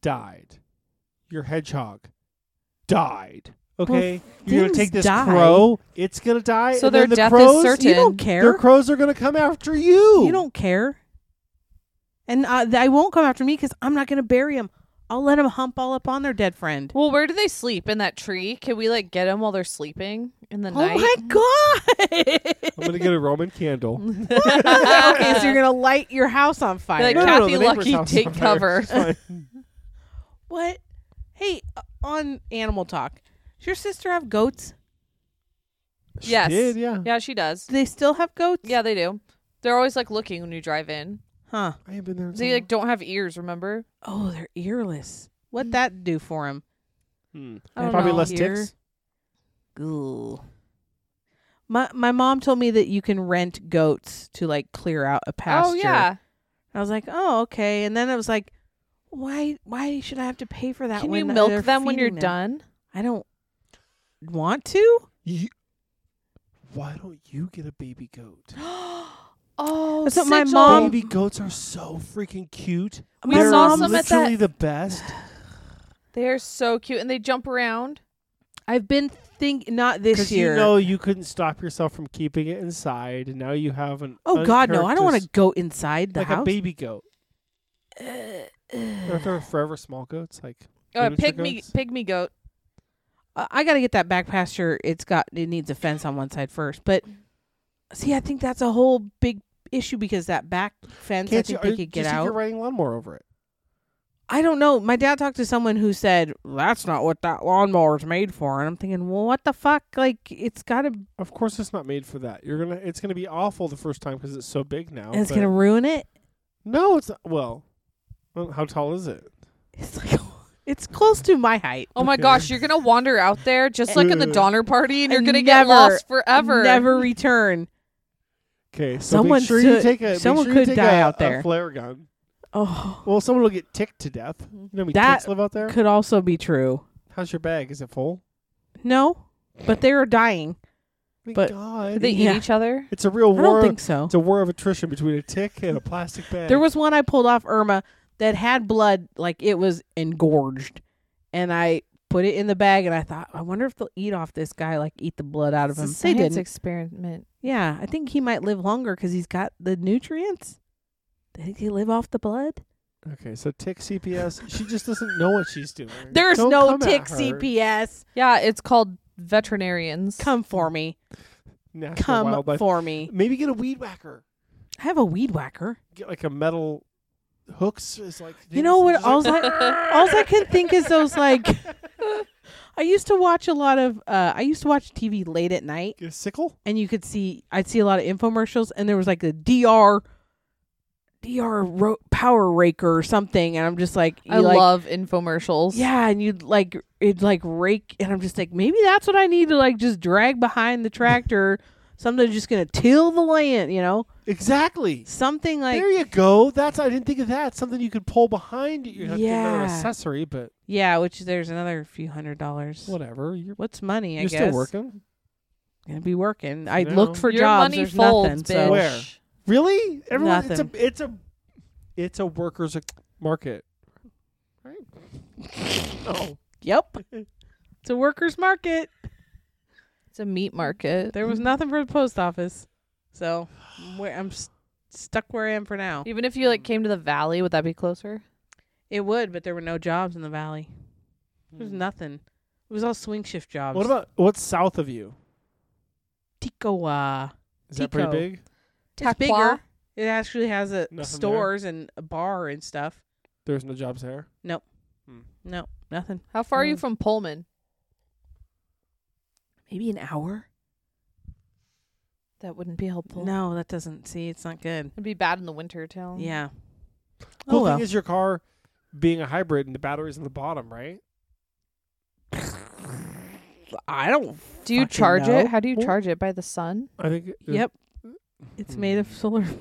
died. Your hedgehog died. Okay, you're gonna things take this die. crow. It's gonna die. So and their then the death crows, is certain. you don't Their care. crows are gonna come after you. You don't care. And uh, they won't come after me because I'm not going to bury them. I'll let them hump all up on their dead friend. Well, where do they sleep in that tree? Can we like get them while they're sleeping in the Oh night? my god! I'm gonna get a Roman candle. okay, so you're gonna light your house on Be fire. like No, no, no, Kathy the neighbor's Lucky, house is take on fire. cover. It's fine. What? Hey, uh, on animal talk, does your sister have goats? She Yes. did, yeah. yeah, she does. Do they still have goats? Yeah, they do. They're always like looking when you drive in. Huh. I ain't been there. in so They long. like don't have ears. Remember? Oh, they're earless. What that do for them? Hmm. Mm. I don't Probably know. less Here. ticks. Ghoul. My my mom told me that you can rent goats to like clear out a pasture. Oh yeah. I was like, oh okay. And then I was like, why why should I have to pay for that? Can you when they're milk them when you're feeding them? done? I don't want to. You, why don't you get a baby goat? Oh, That's what my Sigil. mom- baby goats are so freaking cute. We They're saw some at literally that. the best. They are so cute, and they jump around. I've been think not this Because you year. know you couldn't stop yourself from keeping it inside, and now you have an oh God, no! I don't want to uncharacteris- go inside the like house. Uh, a baby goat. Or if they're forever small goats, like Uh, Miniature pygmy, goats? pygmy goat. I- I got to get that back pasture. It's got it needs a fence on one side first. But see, I think that's a whole big issue because that back fence, I can't you, think are- they do you could get think out. You're riding lawnmower over it. I don't know. My dad talked to someone who said that's not what that lawnmower's made for, and I'm thinking, well, what the fuck? Like, it's got to, and Of course, it's not made for that. You're gonna. It's gonna be awful the first time because it's so big now. it's but- gonna ruin it. No, it's not, well. well, How tall is it? It's like it's close to my height. Oh my Okay. gosh, you're gonna wander out there just like in the Ugh. Donner Party, and you're And gonna get never- lost forever. never return. Okay, so Someone make sure should- you take a. make someone sure you could take die a- out a there. flare gun. Oh, Well, someone will get ticked to death. You know, how many Mm-hmm. That ticks live out there. could also be true. How's your bag? Is it full? No, but they are dying. Thank But- God. Did they Yeah. eat each other? it's a real I don't war. think so. It's a war of attrition between a tick and a plastic bag. There was one I pulled off Irma that had blood, like it was engorged, and I put it in the bag, and I thought, I wonder if they'll eat off this guy, like eat the blood out of him. It's a They science didn't. experiment. yeah, I think he might live longer because he's got the nutrients. They think he live off the blood. okay, so tick CPS. she just doesn't know what she's doing. There's Don't no come at tick her. CPS. Yeah, it's called veterinarians. Come for me. National Come wildlife. for me. Maybe get a weed whacker. I have a weed whacker. Get like a metal hooks. Is like You know what? Just like- Alls I, alls I can think is those like. I used to watch a lot of. Uh, I used to watch TV late at night. Get a sickle. and you could see I'd see a lot of infomercials and there was like a DR DR ro- power raker or something and I'm just like you I like, love infomercials. yeah and you'd like it'd like rake and I'm just like maybe that's what I need to like just drag behind the tractor something just gonna till the land you know Exactly. something like there you go. That's I didn't think of that. Something you could pull behind. You have to another Yeah. accessory, but yeah which there's another few hundred dollars whatever. You're, what's money I you're guess still working. gonna be working I No. looked for Your jobs money there's nothing folds, so bitch. Where? Really? Everyone. Nothing. It's a. It's a. It's a workers' ec- market. Right. oh. yep it's a workers market It's a meat market. There was nothing for the post office, so I'm where I'm s- stuck where I am for now. Even if you like came to the valley, would that be closer? It would, but there were no jobs in the valley. There was nothing. It was all swing shift jobs. Hmm. What about what's south of you? Tikowa? Is that pretty Tico. big? It's Taqua? bigger. uh, It actually has a Nothing there? stores and a bar and stuff. There's no jobs there. No, nothing. How far are you Mm. from Pullman? Maybe an hour. That wouldn't be helpful. No, that doesn't. See, it's not good. It'd be bad in the winter too. Yeah. Cool oh well. thing is your car being a hybrid and the battery's in the bottom, right? I don't. Do you Fucking charge no. it? How do you charge it by the sun? I think it- Yep. Hmm. It's made of solar.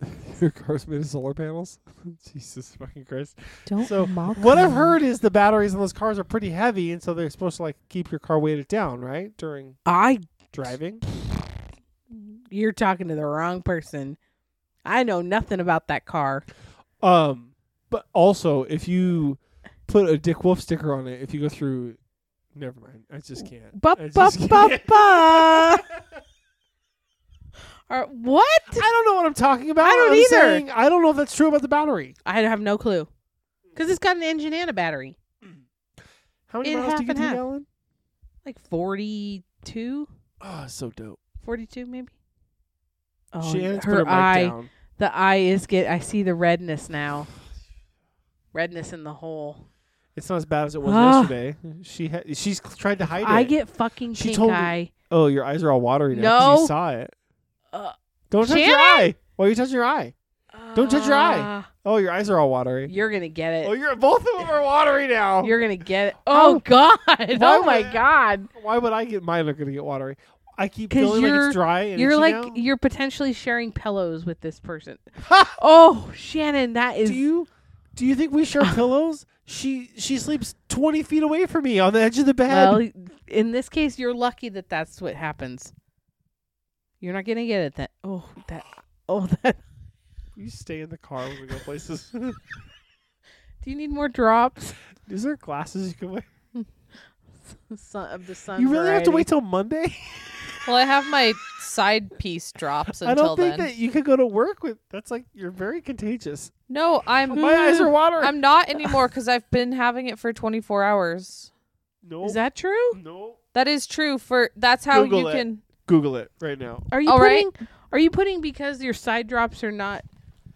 your car's made of solar panels. Jesus fucking Christ! Don't So, mock What I've me. heard is the batteries in those cars are pretty heavy, and so they're supposed to like keep your car weighted down, right? During I. driving. You're talking to the wrong person. I know nothing about that car. Um, but also if you put a Dick Wolf sticker on it, if you go through, never mind. I just can't. Ba I ba just can't. ba ba. Or what? I don't know what I'm talking about. I don't I'm either. saying I don't know if that's true about the battery. I have no clue. Because it's got an engine and a battery. How many In miles half do you get and to the half. gallon? Like 42? Oh, so dope. 42 maybe? Oh, Shannon's put her mic eye. down. The eye is get. I see the redness now. Redness in the hole. It's not as bad as it was Ah. yesterday. She ha- she's c- tried to hide I it. get fucking She pink told me- eye. oh, your eyes are all watery now. 'cause No. you saw it. Uh, Don't touch your Shannon? eye. Why are you touching your eye? Don't touch your eye. Oh, your eyes are all Ah, watery. You're gonna get it. Oh, you're both of them are watery now. You're gonna get it. Oh God! Why Oh my would- God! Why would I get mine? Are gonna get watery? I keep 'Cause feeling like you're- it's dry. And You're itchy like now. you're potentially sharing pillows with this person. oh, Shannon, that is Do you do you think we share pillows? She she sleeps twenty feet away from me on the edge of the bed. well. In this case, you're lucky that that's what happens. You're not gonna get it. That oh that oh that. you stay in the car when we go places. Do you need more drops? Is there glasses you can wear? Sun, of the sun. You really have to variety. wait till Monday. Well, I have my side piece drops until I don't think then. that you could go to work with. That's like you're very contagious. No, I'm Mm-hmm. My eyes are watering. I'm not anymore because I've been having it for 24 hours. no, Is that true? no. That is true. For that's how Google you it. can. Google it right now. Are you All right. putting? Are you putting because your side drops are not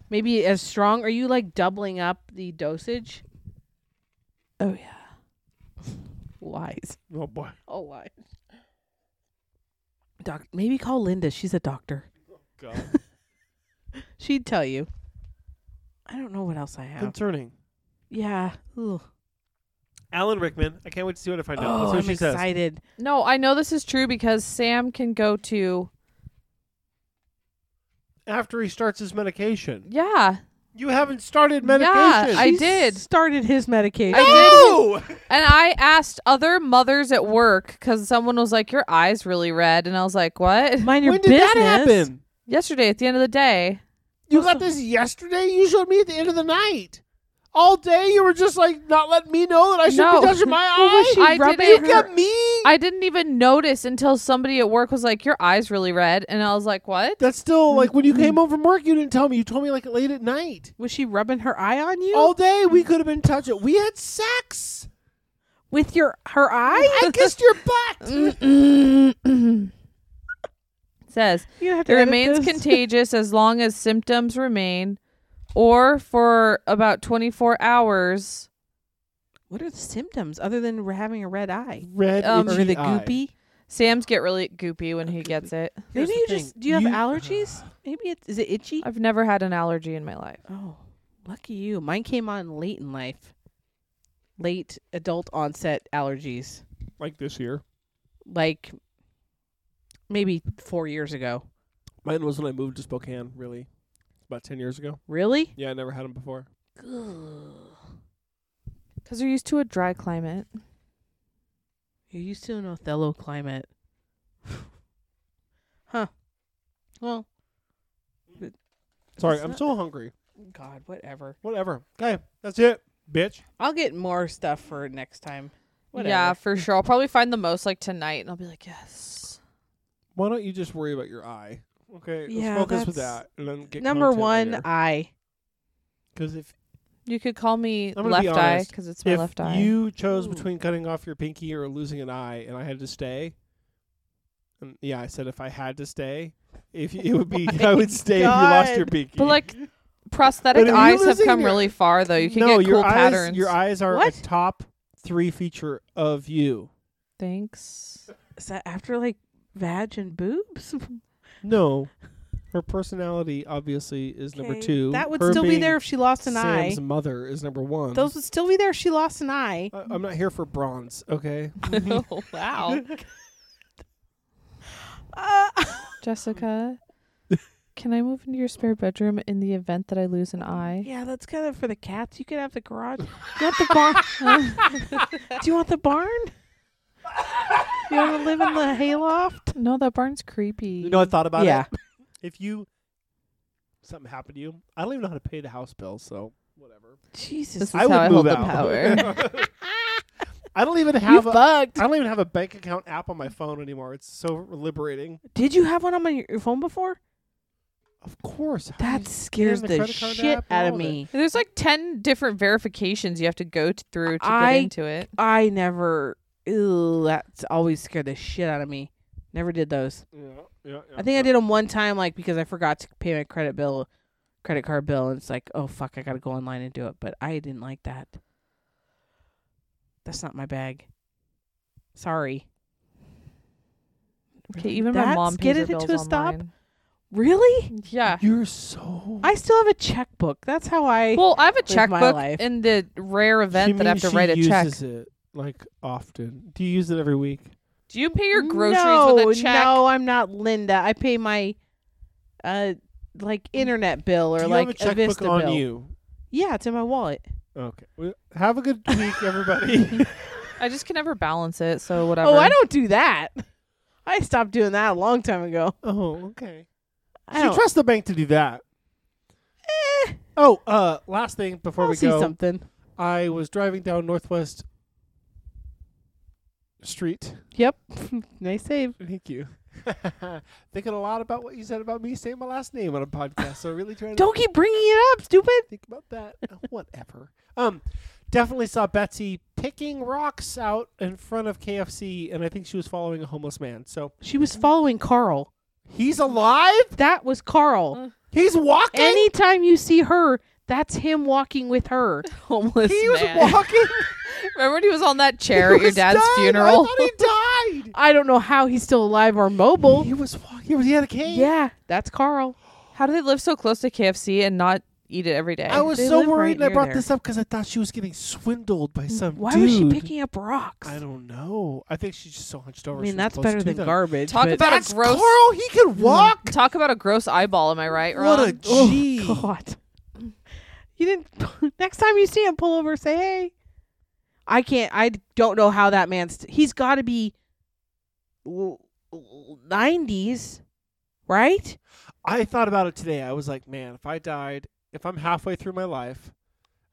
maybe as strong? Are you like doubling up the dosage? Oh yeah. Lies. Oh boy. Oh lies. Doc, maybe call Linda. She's a doctor. God. She'd tell you. I don't know what else I have. Concerning. Yeah. Ugh. Alan Rickman. I can't wait to see what I find out. Oh, That's what I'm she says. excited. No, I know this is true because Sam can go to. After he starts his medication. Yeah, You haven't started medication. Yeah, I She did. Started his medication. I did. No! And I asked other mothers at work because someone was like, "Your eyes really red," and I was like, "What?" Mind your When did business. that happen? Yesterday, at the end of the day, You got this yesterday? You showed me at the end of the night. All day you were just like not letting me know that I should No. be touching my What was eye. she I rubbing didn't- you her- got me. I didn't even notice until somebody at work was like, "Your eyes really red," and I was like, "What?" That's still like when you came Mm. home from work, you didn't tell me. You told me like late at night. Was she rubbing her eye on you All day we could have been touching. We had sex. with your her eye? I kissed your Mm. butt. Says You have It to edit remains this. contagious as long as symptoms remain or for about 24 hours. What are the symptoms other than r- having a red eye Red Um, or itchy the eye. goopy? Sam's get really goopy when he gets it. Here's Maybe the you thing. just do you have You- allergies? Maybe it's is it itchy? I've never had an allergy in my life. oh, lucky you. Mine came on late in life. Late adult onset allergies, Like this year. like maybe four years ago. Mine was when I moved to Spokane, really. About 10 years ago. Really? Yeah, I never had them before. Because they're used to a dry climate. You're used to an Othello climate, huh? Well, Sorry, It's I'm not- so hungry. God, whatever. Whatever. Okay, that's it, bitch. I'll get more stuff for next time. Whatever. Yeah, for sure. I'll probably find the most like tonight and I'll be like, yes. Why don't you just worry about your eye? Okay, Yeah, let's focus with that's- that and then get Number one, uh, I. Because if You could call me I'm gonna left be eye honest. because it's my if left eye. you chose Ooh. between cutting off your pinky or losing an eye, and I had to stay, and yeah, I said if I had to stay, if you, it would be I would stay if you lost your Oh God. pinky. but like But if prosthetic you're eyes have losing come your- really far though. You can no, get cool your eyes, patterns. your eyes are What? a top three feature of you. Thanks. Is that after like vag and boobs? No. Her personality obviously is number Okay. two. That would Her still be being there if she lost an Sam's eye. mother is number one. Those would still be there if she lost an eye. I, I'm not here for bronze, okay? Mm-hmm. oh, wow. Uh, Jessica, can I move into your spare bedroom in the event that I lose an eye? yeah, that's kind of for the cats. You could have the garage. You want the barn? Do you want the barn? You want to live in the hayloft? No, that barn's creepy. You know, I thought about Yeah. it. If you something happened to you, I don't even know how to pay the house bill, so whatever. Jesus. This is I would how I move hold out. the power. I don't even you have a, bugged. I don't even have a bank account app on my phone anymore. It's so liberating. Did you have one on my, your phone before? Of course. That scares the the, credit card shit app and out of all of it. me. There's like 10 different verifications you have to go t- through to I- get into it. I never. Ew, that's always scared the shit out of me. Never did those. Yeah, yeah, yeah, I think I did them one time, like because I forgot to pay my credit bill, credit card bill, and it's like, oh fuck, I gotta go online and do it. But I didn't like that. That's not my bag. Sorry. Okay, even my That's- mom pays get her it to bills a stop? online. Really? Yeah. You're so. I still have a checkbook. That's how I. Well, I have a my checkbook life. in the rare event that I have to write a check. uses it like often. Do you use it every week? Do you pay your groceries no, with a check? No, I'm not Linda. I pay my, uh, like internet bill Mm. or Do you like have a checkbook Vista on bill. you? Yeah, it's in my wallet. Okay. Well, Have a good week, everybody. I just can never balance it, so whatever. Oh, I don't do that. I stopped doing that a long time ago. oh, okay. I So you don't. trust the bank to do that. Eh, Oh, uh, last thing before I'll we see go. something. I was driving down Northwest Street. Yep. nice save. Thank you. Thinking a lot about what you said about me saying my last name on a podcast. So really trying to Don't keep bringing it up, stupid. think about that. Uh, Whatever. Um, definitely saw Betsy picking rocks out in front of KFC, and I think she was following a homeless man. So She was following Carl. he's alive. That was Carl. He's walking. Anytime you see her, that's him walking with her. homeless he was man. walking. Remember when he was on that chair at He your was dad's dead. I funeral? thought he died. I don't know how he's still alive or mobile. He was walking. He was- He had a cane. Yeah, that's Carl. How do they live so close to KFC and not eat it every day? I was They so live right worried, and I near brought there. this up because I thought she was getting swindled by some Why Um, dude. was she picking up rocks? I I, don't know. I think she's just so hunched over. she was mean, that's close better to than them. garbage. Talk but- about That's a gross. Carl. He could walk. Talk about a gross eyeball. Am I right? Ron? What a G. Oh God! You didn't. Next time you see him, pull over. Say, "Hey, I can't. I don't know how that man's. he's got to be nineties, right? I thought about it today. I was like, man, if I died, if I'm halfway through my life,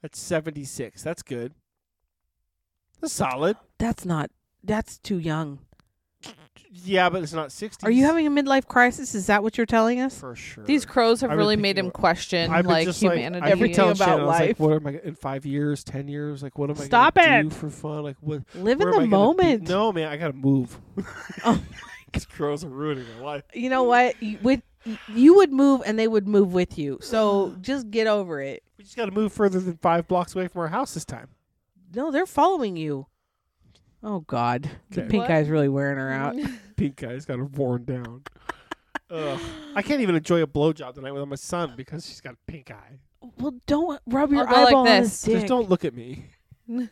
that's 76. That's good. That's solid. That's not. That's too young. Yeah, but it's not 60. Are you having a midlife crisis? Is that what you're telling us? for sure? These crows have I've been really thinking made him about- question I've been like just humanity. Like, I've been telling Everything Shannon, about I was like, life. what am I in five years, ten years? Like, what am I? Stop gonna it. do for fun? Like, what? Live in where am the I gonna be? moment. No, man, I gotta move. Oh my These crows are ruining my life. You know what? You, with you would move, and they would move with you. So just get over it. We just gotta move further than five blocks away from our house this time. No, they're following you. Oh God, the Okay. pink What? eye's really wearing her out. Pink guy's got her worn down. Ugh. I can't even enjoy a blowjob tonight with my son because she's got a pink eye. Well, don't rub I'll your go like eyeball on this. his dick. Just don't look at me. Do you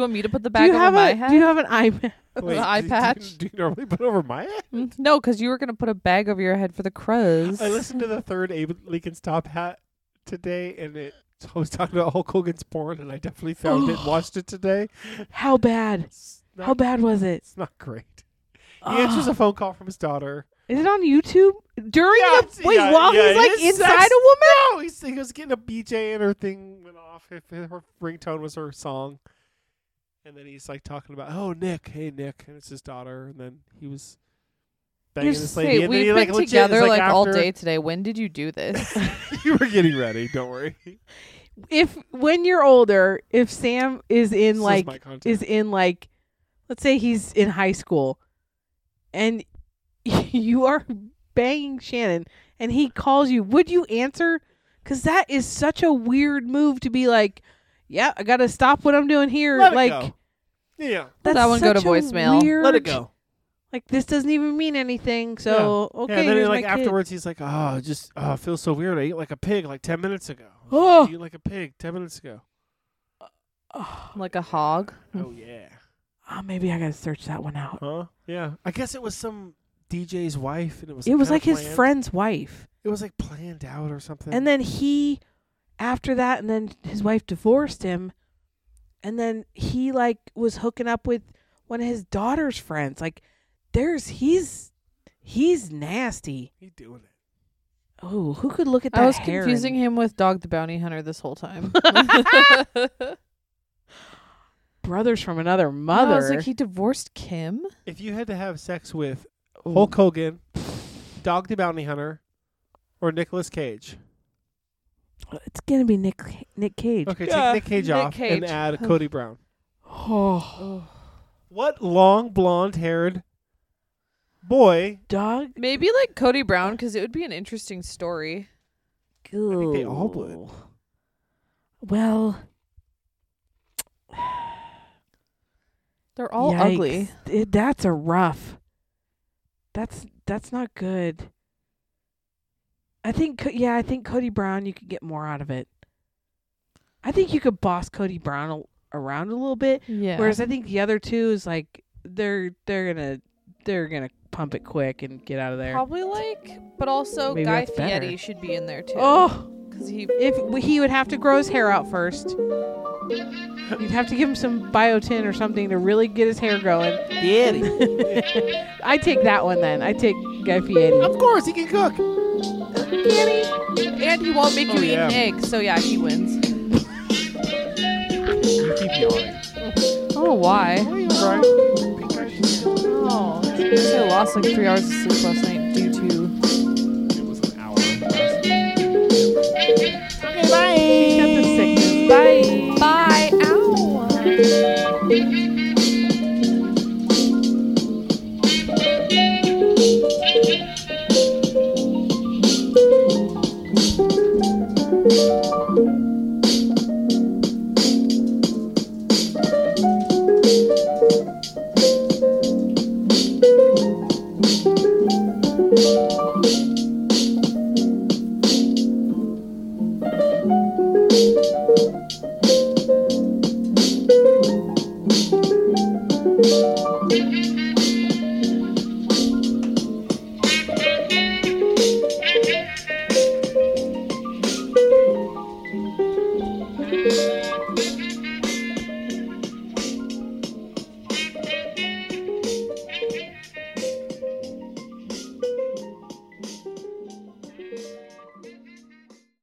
want me to put the do bag you over have my a head? do you have an eye? Wait, the eye do- patch? Do, do you normally put it over my head? Mm, no, because you were gonna put a bag over your head for the crows. I listened to the third Abe Lincoln's Top Hat today, and it I was talking about Hulk Hogan's porn, and I definitely found it and watched it today. How bad? It's not, How bad was it? It's not great. He answers Ugh. a phone call from his daughter. Is it on YouTube? During Yeah, the wait, yeah, while yeah, he's like it is inside sex- a woman. No, he's, he was getting a BJ, and her thing went off. If her ringtone was her song, and then he's like talking about, "Oh, Nick, hey, Nick," and it's his daughter, and then he was banging Here's- this Hey, lady, and then we've he like been legit is, together like, like, all after- day today. When did you do this? you were getting ready. Don't worry. If when you're older, if Sam is in This is like my content. is in like, let's say he's in high school, and you are banging Shannon, and he calls you, would you answer? Because that is such a weird move to be like, yeah, I gotta stop what I'm doing here. Let it like go. Yeah. that's That one go to such a voicemail. Weird, Let it go. Like this doesn't even mean anything. So okay, yeah, and then here's like my kid. afterwards he's like, oh, just oh, it feels so weird. I ate like a pig like ten minutes ago. Oh. You ate like a pig ten minutes ago. like a hog. Oh yeah. Oh, maybe I gotta search that one out. Huh? Yeah. I guess it was some DJ's wife, and it was It was kinda like his planned- friend's wife, It was like planned out or something. and then he, after that, and then his wife divorced him, and then he like was hooking up with one of his daughter's friends. Like, there's he's he's nasty. he doing it. Oh, who could look at that I was hair and- confusing him with Dog the Bounty Hunter this whole time. brothers from another I mother. was like, he divorced Kim. If you had to have sex with Hulk Hogan, Dog the Bounty Hunter, or Nicolas Cage, it's gonna be Nick Nick Cage. okay, Yeah, take Nick Cage Nick off Cage. and add Cody Brown. Oh, What long blonde-haired boy? dog. Maybe like Cody Brown because it would be an interesting story. think they all would. Ooh. Well, They're all yikes. ugly. It- that's a rough. That's that's not good. I think Co- yeah, I think Cody Brown. You could get more out of it. I think you could boss Cody Brown a- around a little bit. Yeah. Whereas I think the other two is like they're they're gonna they're gonna pump it quick and get out of there. Probably like, but also Maybe Guy that's better. Fieri should be in there too. Oh. because he If w- he would have to grow his hair out first. You'd have to give him some biotin or something to really get his hair going. I take that one then. I take Guy Fieri. Of course, he can cook. and he won't make you Oh, eat yeah. an egg. So yeah, he wins. You keep yawning. Oh, why? Why are you crying? Oh, I lost like three hours of sleep last night due to. It was an hour. Got the sickness. Bye. Bye. Ow.